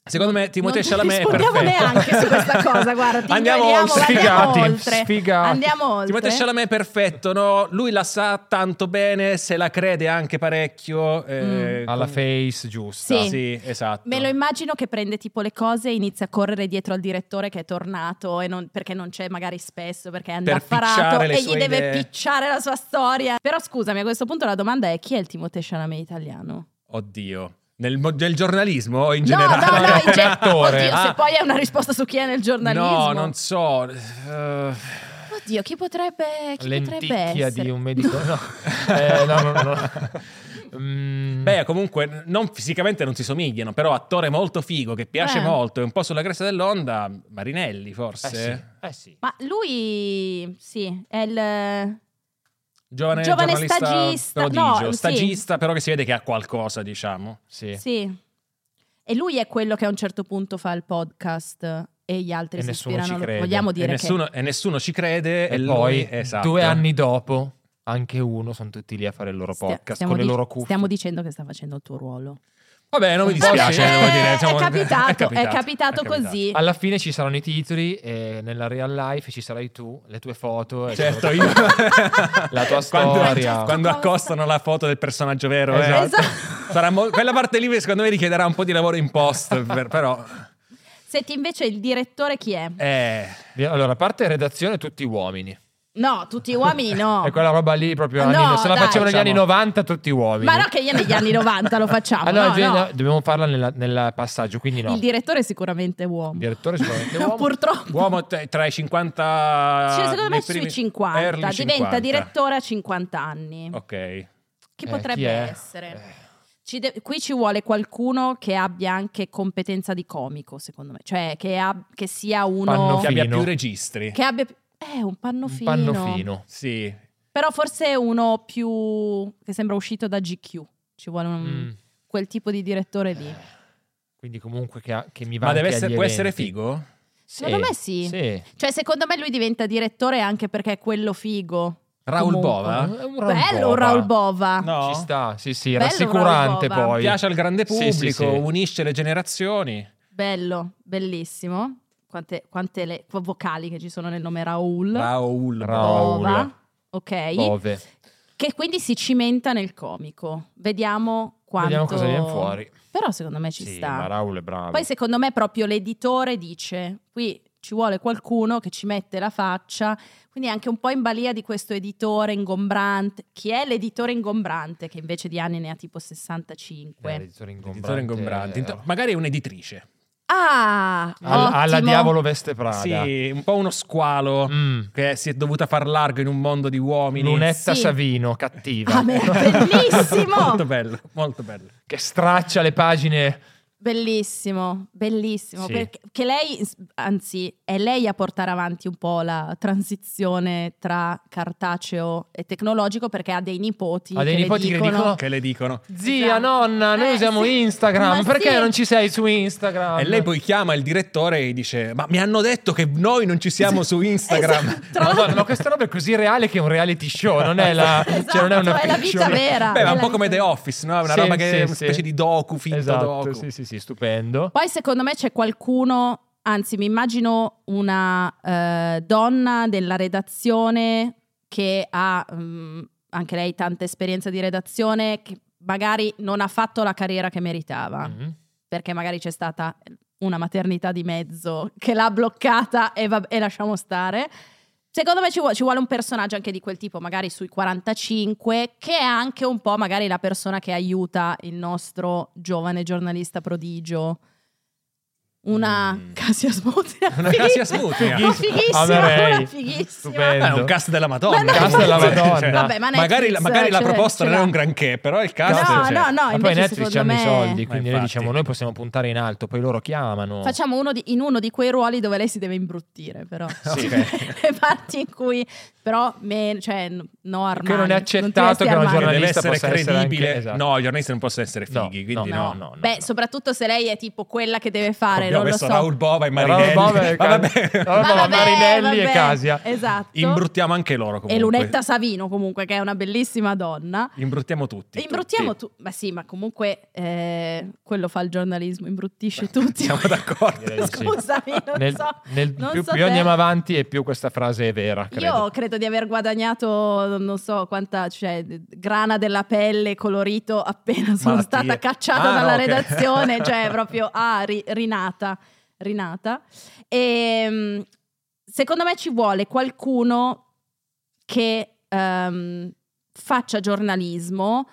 Speaker 3: Secondo me Timothée
Speaker 1: Non
Speaker 3: Chalamet è perfetto.
Speaker 1: rispondiamo neanche su questa cosa, guarda, ti
Speaker 3: Andiamo
Speaker 1: ignoriamo,
Speaker 3: oltre.
Speaker 1: andiamo
Speaker 2: Sfigati,
Speaker 1: oltre.
Speaker 2: sfigati.
Speaker 1: Andiamo oltre.
Speaker 3: Timothée Chalamet è perfetto, no? Lui la sa tanto bene, se la crede anche parecchio. eh,
Speaker 2: alla
Speaker 3: con-
Speaker 2: face giusta.
Speaker 1: Mm. Sì.
Speaker 3: Sì, esatto.
Speaker 1: Me lo immagino che prende tipo le cose e inizia a correre dietro al direttore che è tornato e non- perché non c'è magari spesso, perché è
Speaker 3: Per
Speaker 1: andaffarato
Speaker 3: picciare le
Speaker 1: e gli
Speaker 3: sue
Speaker 1: deve
Speaker 3: idee.
Speaker 1: picciare la sua storia. Però scusami, a questo punto la domanda è chi è il Timothée Chalamet italiano?
Speaker 3: Oddio. Nel, mo- nel giornalismo o in
Speaker 1: no,
Speaker 3: generale?
Speaker 1: no, no, in
Speaker 3: *laughs*
Speaker 2: Come
Speaker 1: ge-
Speaker 2: attore.
Speaker 1: Oddio,
Speaker 3: Ah.
Speaker 1: se poi è una risposta su chi è nel giornalismo.
Speaker 3: No, non so. Eh,
Speaker 1: Oddio, chi potrebbe, chi potrebbe
Speaker 2: Lenticchia
Speaker 1: essere?
Speaker 2: di un medico.
Speaker 3: *laughs*
Speaker 2: No, Eh, no, no, no. Mm,
Speaker 3: Beh, comunque, non, fisicamente non si somigliano, però attore molto figo che piace
Speaker 1: Eh.
Speaker 3: molto, è un po' sulla cresta dell'onda, Marinelli
Speaker 2: eh
Speaker 3: forse.
Speaker 2: sì, eh sì.
Speaker 1: *laughs* Ma lui, sì, è il...
Speaker 3: Giovane,
Speaker 1: Giovane
Speaker 3: giornalista
Speaker 1: stagista,
Speaker 3: prodigio,
Speaker 1: no, sì.
Speaker 3: stagista, però che si vede che ha qualcosa, diciamo.
Speaker 2: Sì.
Speaker 1: Sì. E lui è quello che a un certo punto fa il podcast e gli altri
Speaker 2: E
Speaker 1: si
Speaker 2: nessuno
Speaker 1: ispirano.
Speaker 2: ci
Speaker 1: a lui.
Speaker 2: crede.
Speaker 1: Vogliamo
Speaker 3: E
Speaker 1: dire che...
Speaker 3: nessuno, e nessuno ci crede
Speaker 2: E,
Speaker 3: e,
Speaker 2: poi,
Speaker 3: lui- esatto.
Speaker 2: due anni dopo, anche uno, sono tutti lì a fare il loro
Speaker 1: Stia-
Speaker 2: podcast
Speaker 1: stiamo
Speaker 2: con le
Speaker 1: dic-
Speaker 2: loro cuffie.
Speaker 1: Stiamo dicendo che sta facendo il tuo ruolo.
Speaker 3: Vabbè, non mi
Speaker 2: Un po' sì.
Speaker 3: dispiace, devo dire,
Speaker 1: Eh,
Speaker 3: diciamo-
Speaker 1: è, capitato,
Speaker 3: *laughs* è capitato,
Speaker 1: è capitato
Speaker 3: è capitato.
Speaker 1: così.
Speaker 2: Alla fine ci saranno i titoli e nella real life ci sarai tu, le tue foto. e
Speaker 1: *laughs*
Speaker 3: Certo,
Speaker 2: tutto.
Speaker 3: io...
Speaker 2: La tua
Speaker 3: *laughs* quando,
Speaker 2: storia.
Speaker 1: Francesco
Speaker 3: quando accostano la foto del personaggio vero, eh.
Speaker 2: Esatto.
Speaker 1: Esatto.
Speaker 3: Sarà mo- quella parte lì secondo me richiederà un po' di lavoro in
Speaker 1: *laughs*
Speaker 3: post, per- però...
Speaker 1: Senti invece il direttore chi è?
Speaker 3: Eh...
Speaker 2: Allora, a parte redazione, tutti uomini.
Speaker 1: No, tutti uomini no.
Speaker 2: *laughs* È quella roba lì proprio anni-
Speaker 1: No,
Speaker 2: se la
Speaker 1: dai.
Speaker 2: facciamo negli anni
Speaker 3: Facciamo.
Speaker 2: 90 tutti uomini.
Speaker 1: Ma no che io negli anni 90 lo facciamo.
Speaker 2: Allora,
Speaker 1: no,
Speaker 2: gen-
Speaker 1: no.
Speaker 2: dobbiamo farla nella- nel passaggio, quindi no.
Speaker 1: Il direttore è sicuramente uomo. *laughs*
Speaker 2: direttore sicuramente uomo.
Speaker 1: Purtroppo.
Speaker 3: Uomo t- tra i 50
Speaker 1: Cioè, secondo me
Speaker 3: nei
Speaker 1: sui
Speaker 3: primi-
Speaker 1: 50
Speaker 3: early
Speaker 1: diventa
Speaker 3: 50.
Speaker 1: direttore a 50 anni.
Speaker 3: Ok.
Speaker 1: Chi
Speaker 2: Eh,
Speaker 1: potrebbe
Speaker 2: chi è?
Speaker 1: essere?
Speaker 2: Eh,
Speaker 1: Ci de- qui ci vuole qualcuno che abbia anche competenza di comico, secondo me, cioè che, ab- che sia uno
Speaker 2: Panno
Speaker 3: Che abbia
Speaker 2: Fino.
Speaker 3: più registri.
Speaker 1: che abbia eh, un panno
Speaker 2: Un
Speaker 1: fino.
Speaker 2: panno fino.
Speaker 3: Sì.
Speaker 1: Però forse uno più che sembra uscito da GQ. Ci vuole un-
Speaker 2: Mm. Eh.
Speaker 1: quel tipo di direttore lì.
Speaker 2: Quindi comunque che, ha- che mi va
Speaker 3: Ma deve
Speaker 2: anche
Speaker 3: essere,
Speaker 2: agli
Speaker 3: può essere
Speaker 2: eventi.
Speaker 3: figo?
Speaker 2: Sì,
Speaker 1: Secondo me sì.
Speaker 2: sì.
Speaker 1: Cioè, secondo me lui diventa direttore anche perché è quello figo.
Speaker 3: Raul
Speaker 1: Comunque. ah,
Speaker 3: Bova?
Speaker 2: È un
Speaker 1: Bello un Raul Bova.
Speaker 3: No.
Speaker 2: Ci sta, sì, sì,
Speaker 1: Bello
Speaker 2: rassicurante
Speaker 1: Raul Bova.
Speaker 2: poi.
Speaker 3: Piace al grande
Speaker 2: Sì,
Speaker 3: pubblico,
Speaker 2: sì, sì.
Speaker 3: unisce le generazioni.
Speaker 1: Bello, bellissimo. Quante, quante le vocali che ci sono nel nome Raul.
Speaker 3: Raul.
Speaker 2: Ra-
Speaker 1: Bova.
Speaker 2: Raul.
Speaker 1: Ok.
Speaker 2: Bove.
Speaker 1: Che quindi si cimenta nel comico. Vediamo quanto...
Speaker 2: Vediamo cosa viene fuori.
Speaker 1: Però secondo me ci
Speaker 2: sì,
Speaker 1: sta.
Speaker 2: ma Raul è bravo.
Speaker 1: Poi secondo me proprio l'editore dice qui ci vuole qualcuno che ci mette la faccia, quindi è anche un po' in balia di questo editore ingombrante. Chi è l'editore ingombrante che invece di anni ne ha tipo 65?
Speaker 2: Eh, l'editore ingombrante. eh.
Speaker 3: Editore ingombrante. Int- Magari è un'editrice.
Speaker 1: Ah,
Speaker 2: Al- alla
Speaker 1: ottimo.
Speaker 2: diavolo veste Prada.
Speaker 3: Sì, un po' uno squalo
Speaker 2: Mm.
Speaker 3: che si è dovuta far largo in un mondo di uomini.
Speaker 2: Lunetta
Speaker 1: Sì.
Speaker 2: Savino, cattiva.
Speaker 1: Ah,
Speaker 2: *laughs*
Speaker 1: beh, bellissimo!
Speaker 3: *laughs* molto bello, molto bello.
Speaker 2: che straccia le pagine.
Speaker 1: Bellissimo, bellissimo.
Speaker 2: Sì.
Speaker 1: Perché che lei, anzi, è lei a portare avanti un po' la transizione tra cartaceo e tecnologico perché ha dei nipoti.
Speaker 2: Ha dei
Speaker 1: che
Speaker 2: nipoti
Speaker 1: le
Speaker 2: che le
Speaker 1: dicono,
Speaker 2: dicono,
Speaker 3: Che le dicono.
Speaker 2: Zia,
Speaker 1: Esatto.
Speaker 2: nonna, noi
Speaker 1: Eh,
Speaker 2: usiamo
Speaker 1: sì.
Speaker 2: Instagram.
Speaker 1: Ma
Speaker 2: Perché
Speaker 1: sì.
Speaker 2: non ci sei su Instagram?
Speaker 3: E lei poi chiama il direttore e dice: Ma mi hanno detto che noi non ci siamo su Instagram.
Speaker 1: *laughs* Esatto, tra
Speaker 2: Madonna,
Speaker 1: l'altro-
Speaker 2: ma questa roba è così reale che è un reality show, non è la, cioè, non è una
Speaker 1: Esatto, è la
Speaker 2: fiction.
Speaker 1: vita vera.
Speaker 3: Beh, ma
Speaker 1: è
Speaker 3: un
Speaker 1: la
Speaker 3: po' come
Speaker 1: vita
Speaker 3: The
Speaker 1: vera.
Speaker 3: Office, no? È Una
Speaker 2: Sì,
Speaker 3: roba che
Speaker 2: sì,
Speaker 3: è una
Speaker 2: sì.
Speaker 3: specie di docu, finto
Speaker 2: esatto,
Speaker 3: docu.
Speaker 2: Sì, sì, sì, stupendo.
Speaker 1: Poi secondo me c'è qualcuno, anzi mi immagino una eh, donna della redazione che ha mm, anche lei tanta esperienza di redazione, che magari non ha fatto la carriera che meritava,
Speaker 2: Mm.
Speaker 1: perché magari c'è stata una maternità di mezzo che l'ha bloccata e, vabb- e lasciamo stare. Secondo me ci vuole, ci vuole un personaggio anche di quel tipo, magari sui 45, che è anche un po' magari la persona che aiuta il nostro giovane giornalista prodigio. Una
Speaker 3: Mm.
Speaker 1: Casia
Speaker 2: *laughs*
Speaker 1: Smutria.
Speaker 3: Una Casia Smutria.
Speaker 1: Una fighissima,
Speaker 2: Amerei.
Speaker 1: una fighissima.
Speaker 2: Stupendo.
Speaker 3: Beh, è un cast della Madonna.
Speaker 1: Ma no,
Speaker 2: Cast della
Speaker 3: Cioè,
Speaker 2: Madonna.
Speaker 3: cioè,
Speaker 1: Vabbè, ma
Speaker 3: magari la,
Speaker 1: Netflix
Speaker 2: eh,
Speaker 3: magari la
Speaker 1: ce l'ha- ce
Speaker 3: proposta non è
Speaker 1: l'ha.
Speaker 3: un granché, però il
Speaker 1: No,
Speaker 3: cast. cioè,
Speaker 1: no, no,
Speaker 2: Ma poi
Speaker 1: invece
Speaker 2: Netflix
Speaker 1: secondo
Speaker 2: hanno i
Speaker 1: me
Speaker 2: soldi,
Speaker 3: Ma
Speaker 2: quindi noi
Speaker 3: infatti.
Speaker 2: diciamo noi possiamo puntare in alto, poi loro chiamano. *laughs*
Speaker 1: Facciamo uno di- in uno di quei ruoli dove lei si deve imbruttire, però.
Speaker 3: Sì.
Speaker 1: Le parti in cui, però, me- cioè, no Armani.
Speaker 2: non è
Speaker 1: ti vesti
Speaker 2: accettato che una
Speaker 1: Armani.
Speaker 2: Il giornalista
Speaker 3: deve essere
Speaker 2: possa essere
Speaker 3: credibile.
Speaker 2: anche- esatto.
Speaker 3: No, i giornalisti non possono essere
Speaker 2: No,
Speaker 3: fighi, quindi
Speaker 1: no.
Speaker 3: no.
Speaker 1: Beh, soprattutto se lei è tipo quella che deve fare, non
Speaker 3: Abbiamo
Speaker 1: lo
Speaker 3: messo
Speaker 1: so.
Speaker 3: Raul Bova e
Speaker 2: Raul
Speaker 3: Marinelli.
Speaker 2: Bova e
Speaker 3: Ma *laughs* vabbè.
Speaker 2: Casia. Raul
Speaker 1: Ma
Speaker 2: Bova,
Speaker 1: vabbè,
Speaker 2: Marinelli e
Speaker 1: vabbè,
Speaker 2: Casia.
Speaker 1: Esatto.
Speaker 3: Imbruttiamo anche loro comunque.
Speaker 1: E Lunetta Savino comunque, che è una bellissima donna.
Speaker 3: Imbruttiamo tutti.
Speaker 1: Imbruttiamo
Speaker 3: tutti.
Speaker 1: tu, ma sì, ma comunque eh, quello fa il giornalismo, imbruttisce tutti. *laughs*
Speaker 3: Siamo
Speaker 2: *laughs*
Speaker 3: d'accordo.
Speaker 2: Direi di sì.
Speaker 1: Scusami, *laughs* non
Speaker 2: Nel-
Speaker 1: so.
Speaker 2: nel-
Speaker 1: non
Speaker 2: più
Speaker 1: so
Speaker 2: più
Speaker 1: te.
Speaker 2: andiamo avanti e più questa frase è vera, credo.
Speaker 1: Io credo di aver guadagnato, non so quanta, cioè, grana della pelle colorito appena sono
Speaker 3: Malattie.
Speaker 1: stata cacciata
Speaker 3: Ah,
Speaker 1: dalla
Speaker 3: no, ok. *laughs*
Speaker 1: redazione, cioè proprio ah, ri- rinata, rinata. E, mm, secondo me ci vuole qualcuno che ehm, faccia giornalismo,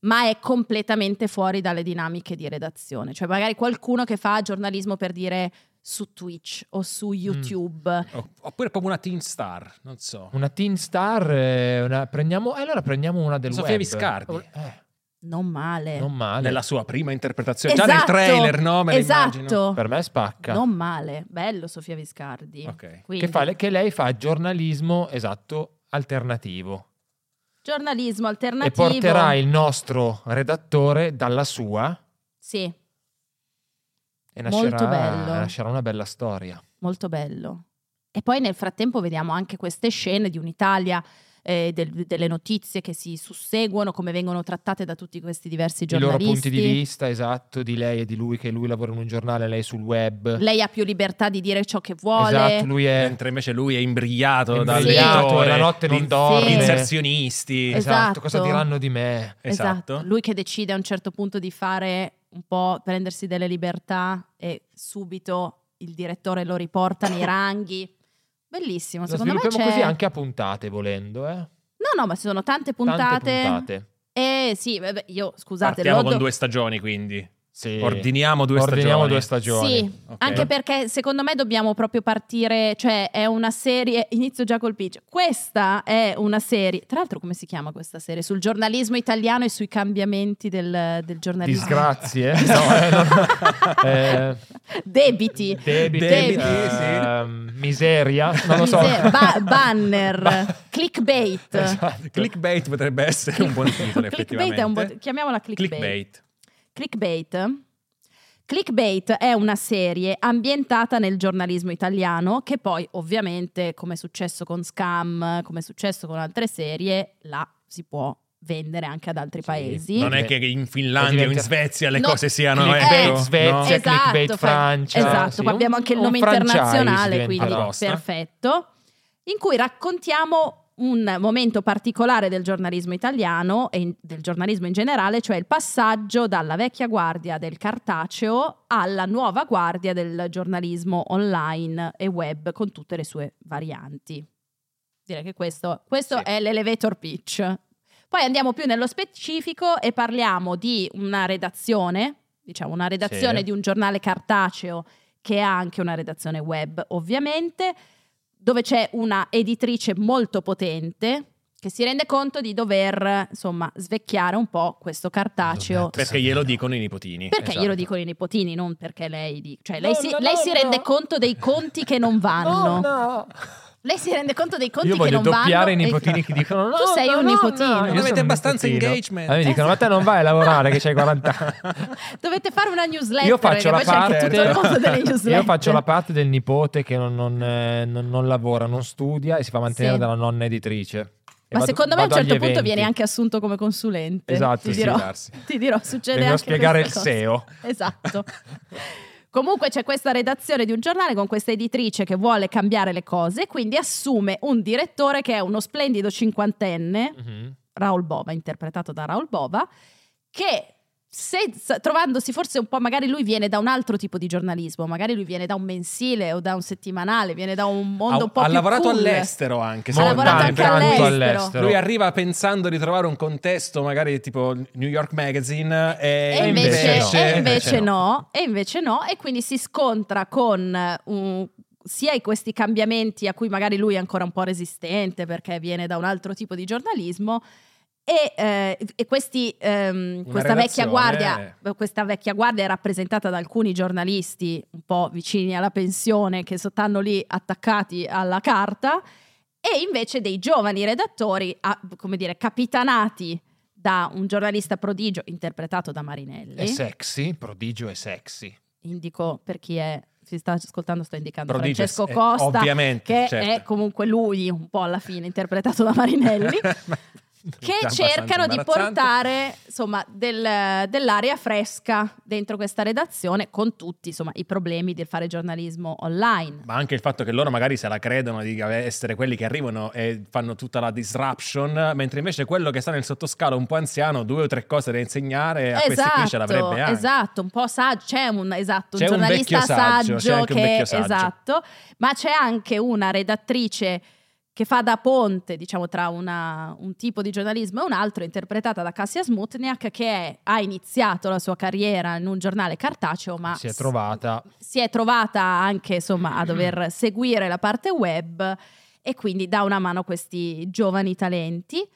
Speaker 1: ma è completamente fuori dalle dinamiche di redazione. Cioè magari qualcuno che fa giornalismo per dire su Twitch o
Speaker 3: Mm.
Speaker 1: su YouTube.
Speaker 3: O- Oppure proprio una teen star, non so.
Speaker 2: Una teen star, eh, una- prendiamo, eh, allora prendiamo una del
Speaker 3: Sofia
Speaker 2: web.
Speaker 3: Viscardi.
Speaker 2: Eh,
Speaker 1: Non male.
Speaker 2: non male.
Speaker 3: Nella sua prima
Speaker 2: Cioè,
Speaker 3: interpretazione. Già nel
Speaker 1: Esatto,
Speaker 3: trailer, no? Me lo immagino.
Speaker 1: esatto.
Speaker 2: Per me spacca.
Speaker 1: Non male. Bello Sofia Viscardi.
Speaker 3: Ok.
Speaker 1: Quindi,
Speaker 2: Che, fa, che lei fa giornalismo, esatto, alternativo.
Speaker 1: giornalismo
Speaker 2: E
Speaker 1: alternativo.
Speaker 2: porterà il nostro redattore dalla sua
Speaker 1: Sì,
Speaker 2: e
Speaker 1: Molto
Speaker 2: nascerà,
Speaker 1: bello.
Speaker 2: nascerà una bella storia.
Speaker 1: molto bello. E poi nel frattempo vediamo anche queste scene di un'Italia, eh, del- delle notizie che si susseguono, come vengono trattate da tutti questi diversi
Speaker 2: I loro
Speaker 1: giornalisti.
Speaker 2: punti di vista, esatto, di lei e di lui, che lui lavora in un giornale, lei sul web.
Speaker 1: Lei ha più libertà di dire ciò che vuole.
Speaker 2: Esatto, lui è
Speaker 3: Mentre invece lui è imbrigliato dal
Speaker 1: Imbrigliato,
Speaker 3: editore,
Speaker 2: la notte non
Speaker 3: gli-
Speaker 2: dorme.
Speaker 3: gli inserzionisti.
Speaker 1: Esatto.
Speaker 2: Esatto, cosa diranno di me?
Speaker 1: Esatto.
Speaker 3: Esatto.
Speaker 1: Lui che decide a un certo punto di fare un po' prendersi delle libertà e subito il direttore lo riporta
Speaker 2: *laughs*
Speaker 1: nei ranghi. Bellissimo,
Speaker 2: Lo
Speaker 1: secondo me
Speaker 2: sviluppiamo
Speaker 1: c'è
Speaker 2: così anche a puntate, volendo, eh?
Speaker 1: No, no, ma ci sono tante puntate.
Speaker 2: Tante puntate.
Speaker 1: Eh sì, vabbè, io scusate,
Speaker 3: Partiamo
Speaker 1: l'ho
Speaker 3: con
Speaker 1: do-
Speaker 3: due stagioni, quindi.
Speaker 2: Sì.
Speaker 3: Ordiniamo due
Speaker 2: Ordiniamo
Speaker 3: stagioni.
Speaker 2: due Ecco. stagioni.
Speaker 1: Sì,
Speaker 3: Ok.
Speaker 1: anche perché secondo me dobbiamo proprio partire, cioè è una serie, inizio già col pitch, questa è una serie, tra l'altro come si chiama questa serie? Sul giornalismo italiano e sui cambiamenti del, del giornalismo.
Speaker 2: Disgrazie. No, eh, no. Eh,
Speaker 1: *laughs* Debiti.
Speaker 2: debiti,
Speaker 1: Debiti,
Speaker 2: ehm, miseria, non lo so. *laughs*
Speaker 1: Miser- ba- banner,
Speaker 2: Ba-
Speaker 1: clickbait.
Speaker 2: Esatto.
Speaker 3: *laughs* Clickbait potrebbe essere un buon
Speaker 1: *laughs*
Speaker 3: titolo,
Speaker 1: clickbait
Speaker 3: effettivamente.
Speaker 1: è un buon- chiamiamola clickbait.
Speaker 3: Clickbait.
Speaker 1: Clickbait. Clickbait è una serie ambientata nel giornalismo italiano che poi ovviamente, come è successo con Scam, come è successo con altre serie, la si può vendere anche ad altri
Speaker 2: Sì,
Speaker 1: paesi.
Speaker 3: Non è che in Finlandia o in
Speaker 2: Diventa-
Speaker 3: Svezia le
Speaker 1: No.
Speaker 3: cose siano
Speaker 2: clickbait
Speaker 1: Eh,
Speaker 3: ecco, no?
Speaker 2: Svezia,
Speaker 1: Esatto,
Speaker 2: clickbait
Speaker 1: fa-
Speaker 2: Francia.
Speaker 1: Esatto,
Speaker 2: sì,
Speaker 1: poi abbiamo
Speaker 2: un-
Speaker 1: anche il
Speaker 2: un
Speaker 1: nome
Speaker 2: franchise
Speaker 1: internazionale,
Speaker 2: diventa.
Speaker 1: quindi
Speaker 3: Apposta.
Speaker 1: perfetto. In cui raccontiamo un momento particolare del giornalismo italiano e in- del giornalismo in generale, cioè il passaggio dalla vecchia guardia del cartaceo alla nuova guardia del giornalismo online e web con tutte le sue varianti. Direi che questo, questo
Speaker 3: Sì.
Speaker 1: è l'elevator pitch. Poi andiamo più nello specifico e parliamo di una redazione, diciamo una redazione
Speaker 2: Sì.
Speaker 1: di un giornale cartaceo che ha anche una redazione web, ovviamente, dove c'è una editrice molto potente che si rende conto di dover, insomma, svecchiare un po' questo cartaceo.
Speaker 2: Dov'è?
Speaker 3: Perché glielo dicono i nipotini.
Speaker 1: Perché
Speaker 2: Esatto.
Speaker 1: glielo dicono i nipotini, non perché lei dice. Cioè, lei, si,
Speaker 2: Nonna,
Speaker 1: lei si
Speaker 2: nonna!
Speaker 1: rende conto dei conti che
Speaker 2: *laughs*
Speaker 1: non
Speaker 3: Oh,
Speaker 1: vanno.
Speaker 2: Nonna!
Speaker 1: Lei si rende conto dei conti
Speaker 2: Io
Speaker 1: che
Speaker 2: voglio
Speaker 1: non vanno.
Speaker 2: doppiare i
Speaker 1: e- *laughs*
Speaker 2: nipotini che dicono no,
Speaker 1: Tu sei un nipotino.
Speaker 3: Non avete abbastanza engagement.
Speaker 2: A me dicono ma te non vai a lavorare che c'hai 40
Speaker 1: Dovete fare una newsletter.
Speaker 2: Io faccio, la
Speaker 1: perché poi c'è anche
Speaker 2: parte,
Speaker 1: tutto il mondo delle newsletter.
Speaker 2: *laughs* io faccio la parte del nipote che non, non, eh, non- non lavora, non studia e si fa mantenere
Speaker 1: Sì.
Speaker 2: dalla nonna editrice. E
Speaker 1: Ma
Speaker 2: vado-
Speaker 1: secondo me a un
Speaker 2: vado agli
Speaker 1: certo punto
Speaker 2: eventi.
Speaker 1: viene anche assunto come consulente.
Speaker 2: Esatto,
Speaker 1: ti
Speaker 2: sì,
Speaker 1: dirò,
Speaker 3: darsi.
Speaker 1: ti dirò, succede
Speaker 2: Vengo a
Speaker 1: anche
Speaker 2: spiegare il
Speaker 1: questa cosa.
Speaker 2: SEO.
Speaker 1: *laughs* Esatto. Comunque c'è questa redazione di un giornale con questa editrice che vuole cambiare le cose, quindi assume un direttore che è uno splendido cinquantenne,
Speaker 2: Mhm.
Speaker 1: Raul Bova, interpretato da Raul Bova, che senza- trovandosi forse un po', magari lui viene da un altro tipo di giornalismo, magari lui viene da un mensile o da un settimanale, viene da un mondo
Speaker 3: Ha,
Speaker 1: un po'
Speaker 3: ha
Speaker 1: più
Speaker 3: lavorato
Speaker 1: cool.
Speaker 3: all'estero anche.
Speaker 1: Ha
Speaker 3: secondo
Speaker 1: lavorato
Speaker 3: me,
Speaker 1: anche
Speaker 3: per tanto.
Speaker 1: all'estero.
Speaker 3: Lui arriva pensando di trovare un contesto, magari tipo New York Magazine, e, Cioè,
Speaker 1: E invece, e invece
Speaker 2: invece no. Invece
Speaker 1: no. e invece no, e quindi si scontra con eh, un- sia i- questi cambiamenti a cui magari lui è ancora un po' resistente perché viene da un altro tipo di giornalismo. E, eh, e questi, ehm,
Speaker 3: Una
Speaker 1: questa, vecchia
Speaker 3: relazione-
Speaker 1: guardia, questa vecchia guardia è rappresentata da alcuni giornalisti un po' vicini alla pensione che stanno lì attaccati alla carta e invece dei giovani redattori, a- come dire, capitanati da un giornalista prodigio interpretato da
Speaker 2: È
Speaker 3: Eh
Speaker 1: Marinelli.
Speaker 2: sexy, prodigio è sexy.
Speaker 1: Indico per chi è, si sta ascoltando, sto indicando
Speaker 3: Prodigio,
Speaker 1: Francesco
Speaker 3: eh,
Speaker 1: Costa,
Speaker 3: ovviamente,
Speaker 1: che
Speaker 3: certo.
Speaker 1: è comunque lui un po' alla fine interpretato da
Speaker 3: *laughs*
Speaker 1: Marinelli. che
Speaker 3: Abbastanza
Speaker 1: cercano di
Speaker 3: imbarazzante.
Speaker 1: portare insomma del- dell'aria fresca dentro questa redazione con tutti insomma i problemi del fare giornalismo online
Speaker 3: Ma anche il fatto che loro magari se la credono di essere quelli che arrivano e fanno tutta la disruption, mentre invece quello che sta nel sottoscalo un po' anziano, due o tre cose da insegnare, Eh, a questi qui ce l'avrebbe anche.
Speaker 1: Esatto, un po' saggio, c'è un, esatto, un
Speaker 3: C'è un
Speaker 1: giornalista
Speaker 3: vecchio saggio, c'è anche un
Speaker 1: che
Speaker 3: vecchio saggio.
Speaker 1: esatto, ma c'è anche una redattrice che fa da ponte, diciamo, tra una- un tipo di giornalismo e un altro, interpretata da Cassia Smutniak, che è- ha iniziato la sua carriera in un giornale cartaceo, ma
Speaker 2: si è trovata
Speaker 1: si è trovata anche insomma a
Speaker 3: *clears throat*
Speaker 1: dover seguire la parte web e quindi dà una mano a questi giovani talenti.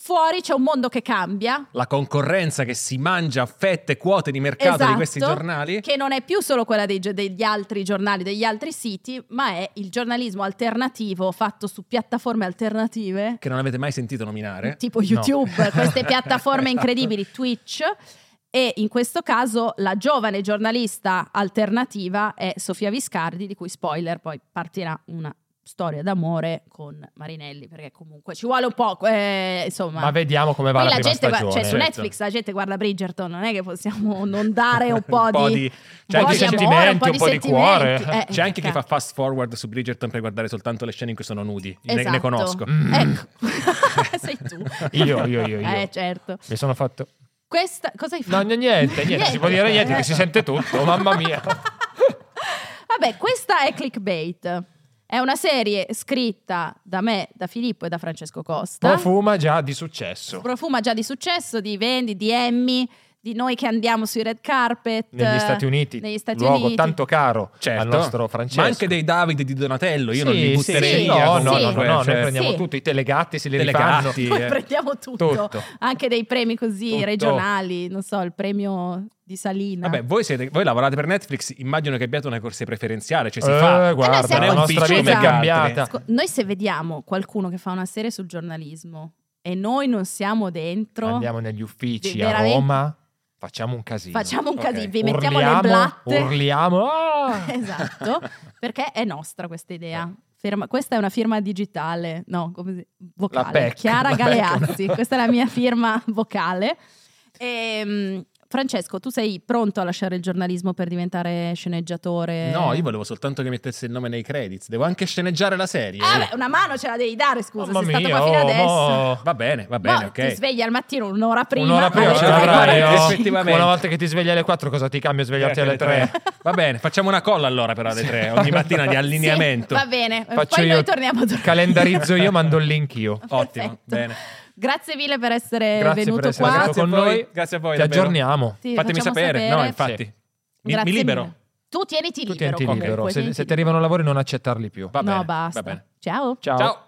Speaker 1: Fuori c'è un mondo che cambia,
Speaker 3: La concorrenza che si mangia a fette quote di mercato di questi
Speaker 1: Esatto.
Speaker 3: giornali.
Speaker 1: che non è più solo quella dei gio- degli altri giornali, degli altri siti, ma è il giornalismo alternativo fatto su piattaforme alternative,
Speaker 3: che non avete mai sentito nominare.
Speaker 1: tipo YouTube,
Speaker 2: *laughs*
Speaker 1: queste piattaforme
Speaker 3: Esatto.
Speaker 1: incredibili, Twitch. E in questo caso la giovane giornalista alternativa è Sofia Viscardi, di cui spoiler poi partirà una storia d'amore con Marinelli, perché comunque ci vuole un po', eh, insomma...
Speaker 2: ma vediamo come va
Speaker 1: Poi
Speaker 2: la,
Speaker 1: la
Speaker 2: prima
Speaker 1: gente, guarda-
Speaker 2: stagione
Speaker 1: cioè, su
Speaker 3: certo.
Speaker 1: Netflix la gente guarda Bridgerton, non è che possiamo non
Speaker 2: *laughs*
Speaker 1: dare un po', di,
Speaker 3: C'è
Speaker 1: un po'
Speaker 3: anche,
Speaker 1: di
Speaker 3: chi-
Speaker 1: amore,
Speaker 2: senti-
Speaker 1: un
Speaker 2: sentimenti,
Speaker 1: po' di, sentimenti.
Speaker 2: cuore.
Speaker 1: Eh,
Speaker 3: c'è anche chi
Speaker 1: cacca.
Speaker 3: fa fast forward su Bridgerton per guardare soltanto le scene in cui sono nudi. Ne- Ne,
Speaker 1: Esatto.
Speaker 3: conosco.
Speaker 2: Mm.
Speaker 1: Ecco, *laughs* sei tu.
Speaker 2: io io io,
Speaker 1: *laughs*
Speaker 2: io.
Speaker 1: Eh, certo.
Speaker 2: mi sono fatto
Speaker 1: Questa, cosa hai
Speaker 2: No,
Speaker 1: fatto?
Speaker 2: no, niente, niente, si può dire niente, che si
Speaker 1: *laughs*
Speaker 2: sente tutto, mamma mia.
Speaker 1: Vabbè, questa è Clickbait. È una serie scritta da me, da Filippo e da Francesco Costa.
Speaker 2: profuma già di successo.
Speaker 1: Profuma già di successo, di vendi, di Emmy, di noi che andiamo sui red carpet
Speaker 2: negli Stati Uniti,
Speaker 1: negli Stati
Speaker 2: luogo
Speaker 1: Uniti.
Speaker 2: tanto caro
Speaker 3: Certo.
Speaker 2: al nostro Francesco.
Speaker 3: Ma anche dei Davide di Donatello, io
Speaker 2: Sì,
Speaker 3: non li
Speaker 2: sì,
Speaker 3: butterei
Speaker 2: sì,
Speaker 3: via.
Speaker 2: No, no,
Speaker 1: comunque,
Speaker 2: no, no, no,
Speaker 1: cioè-
Speaker 2: noi prendiamo
Speaker 1: Sì.
Speaker 2: tutto, i telegatti se li
Speaker 3: delle
Speaker 2: rifanno.
Speaker 3: gatti,
Speaker 1: Noi
Speaker 3: eh.
Speaker 1: prendiamo tutto,
Speaker 2: Tutto.
Speaker 1: anche dei premi così
Speaker 2: Tutto.
Speaker 1: regionali, non so, il premio di Salina.
Speaker 3: Vabbè, voi, siete, voi lavorate per Netflix, immagino che abbiate una corsia preferenziale, cioè si
Speaker 2: Eh,
Speaker 3: fa.
Speaker 1: Eh,
Speaker 2: guarda,
Speaker 1: beh,
Speaker 2: la
Speaker 1: siamo
Speaker 2: nostra
Speaker 1: in
Speaker 2: vita è
Speaker 1: Sicilia.
Speaker 2: cambiata.
Speaker 1: Sco- noi se vediamo qualcuno che fa una serie sul giornalismo e noi non siamo dentro,
Speaker 2: Andiamo negli uffici
Speaker 1: Sì,
Speaker 2: a
Speaker 1: veramente.
Speaker 2: Roma, facciamo un casino.
Speaker 1: facciamo un
Speaker 3: Ok.
Speaker 1: casino, vi mettiamo
Speaker 2: urliamo,
Speaker 1: le blatte.
Speaker 2: Urliamo. ah!
Speaker 1: *laughs* esatto, perché è nostra questa idea.
Speaker 2: Eh.
Speaker 1: Ferma- questa è una firma digitale, no, come si- vocale.
Speaker 2: La PEC,
Speaker 1: Chiara
Speaker 2: la PEC.
Speaker 1: Galeazzi, questa è la mia firma vocale. Ehm, Francesco, tu sei pronto a lasciare il giornalismo per diventare sceneggiatore?
Speaker 3: No, io volevo soltanto che mettesse il nome nei credits. Devo anche sceneggiare la serie.
Speaker 1: Ah, beh, una mano ce la devi dare, *laughs* scusa,
Speaker 2: Mamma
Speaker 1: sei stato
Speaker 2: mia,
Speaker 1: qua fino
Speaker 2: oh,
Speaker 1: adesso.
Speaker 2: mo.
Speaker 3: Va bene, va bene,
Speaker 1: No,
Speaker 3: ok.
Speaker 1: Ti svegli al mattino un'ora prima.
Speaker 2: Un'ora prima
Speaker 1: alle
Speaker 2: ce
Speaker 3: tre,
Speaker 2: l'avrai,
Speaker 3: guarda,
Speaker 2: oh.
Speaker 1: 3:45.
Speaker 3: effettivamente. Eh,
Speaker 2: Una volta che ti svegli alle 4 cosa ti cambia svegliarti alle 3?
Speaker 3: Va bene, facciamo una colla allora però alle
Speaker 2: Sì.
Speaker 3: tre, ogni mattina
Speaker 1: *laughs*
Speaker 3: di
Speaker 1: Sì,
Speaker 3: allineamento.
Speaker 1: va bene, *laughs*
Speaker 2: Faccio
Speaker 1: poi
Speaker 2: io,
Speaker 1: noi torniamo a dormire.
Speaker 2: calendarizzo io, mando il link
Speaker 1: *laughs*
Speaker 2: io.
Speaker 3: Ottimo,
Speaker 1: Perfetto.
Speaker 3: bene.
Speaker 1: *laughs* Grazie mille per essere
Speaker 2: Grazie
Speaker 1: Eh, venuto
Speaker 2: per essere
Speaker 1: qua.
Speaker 2: stato
Speaker 3: Grazie
Speaker 2: con
Speaker 3: a voi,
Speaker 2: noi.
Speaker 3: grazie a voi,
Speaker 2: Ti
Speaker 3: davvero.
Speaker 2: aggiorniamo.
Speaker 1: Sì,
Speaker 3: Fatemi
Speaker 1: facciamo
Speaker 3: sapere. No, infatti.
Speaker 2: Sì.
Speaker 3: Mi,
Speaker 1: Grazie
Speaker 3: mi libero.
Speaker 1: mille. Tu tieniti
Speaker 2: Tu
Speaker 1: libero.
Speaker 2: tienti
Speaker 1: comunque,
Speaker 2: libero. Se,
Speaker 1: tieniti
Speaker 2: se ti arrivano lavori non accettarli più.
Speaker 3: Va bene.
Speaker 1: no, basta.
Speaker 3: Va bene.
Speaker 1: Ciao.
Speaker 2: Ciao.
Speaker 3: Ciao.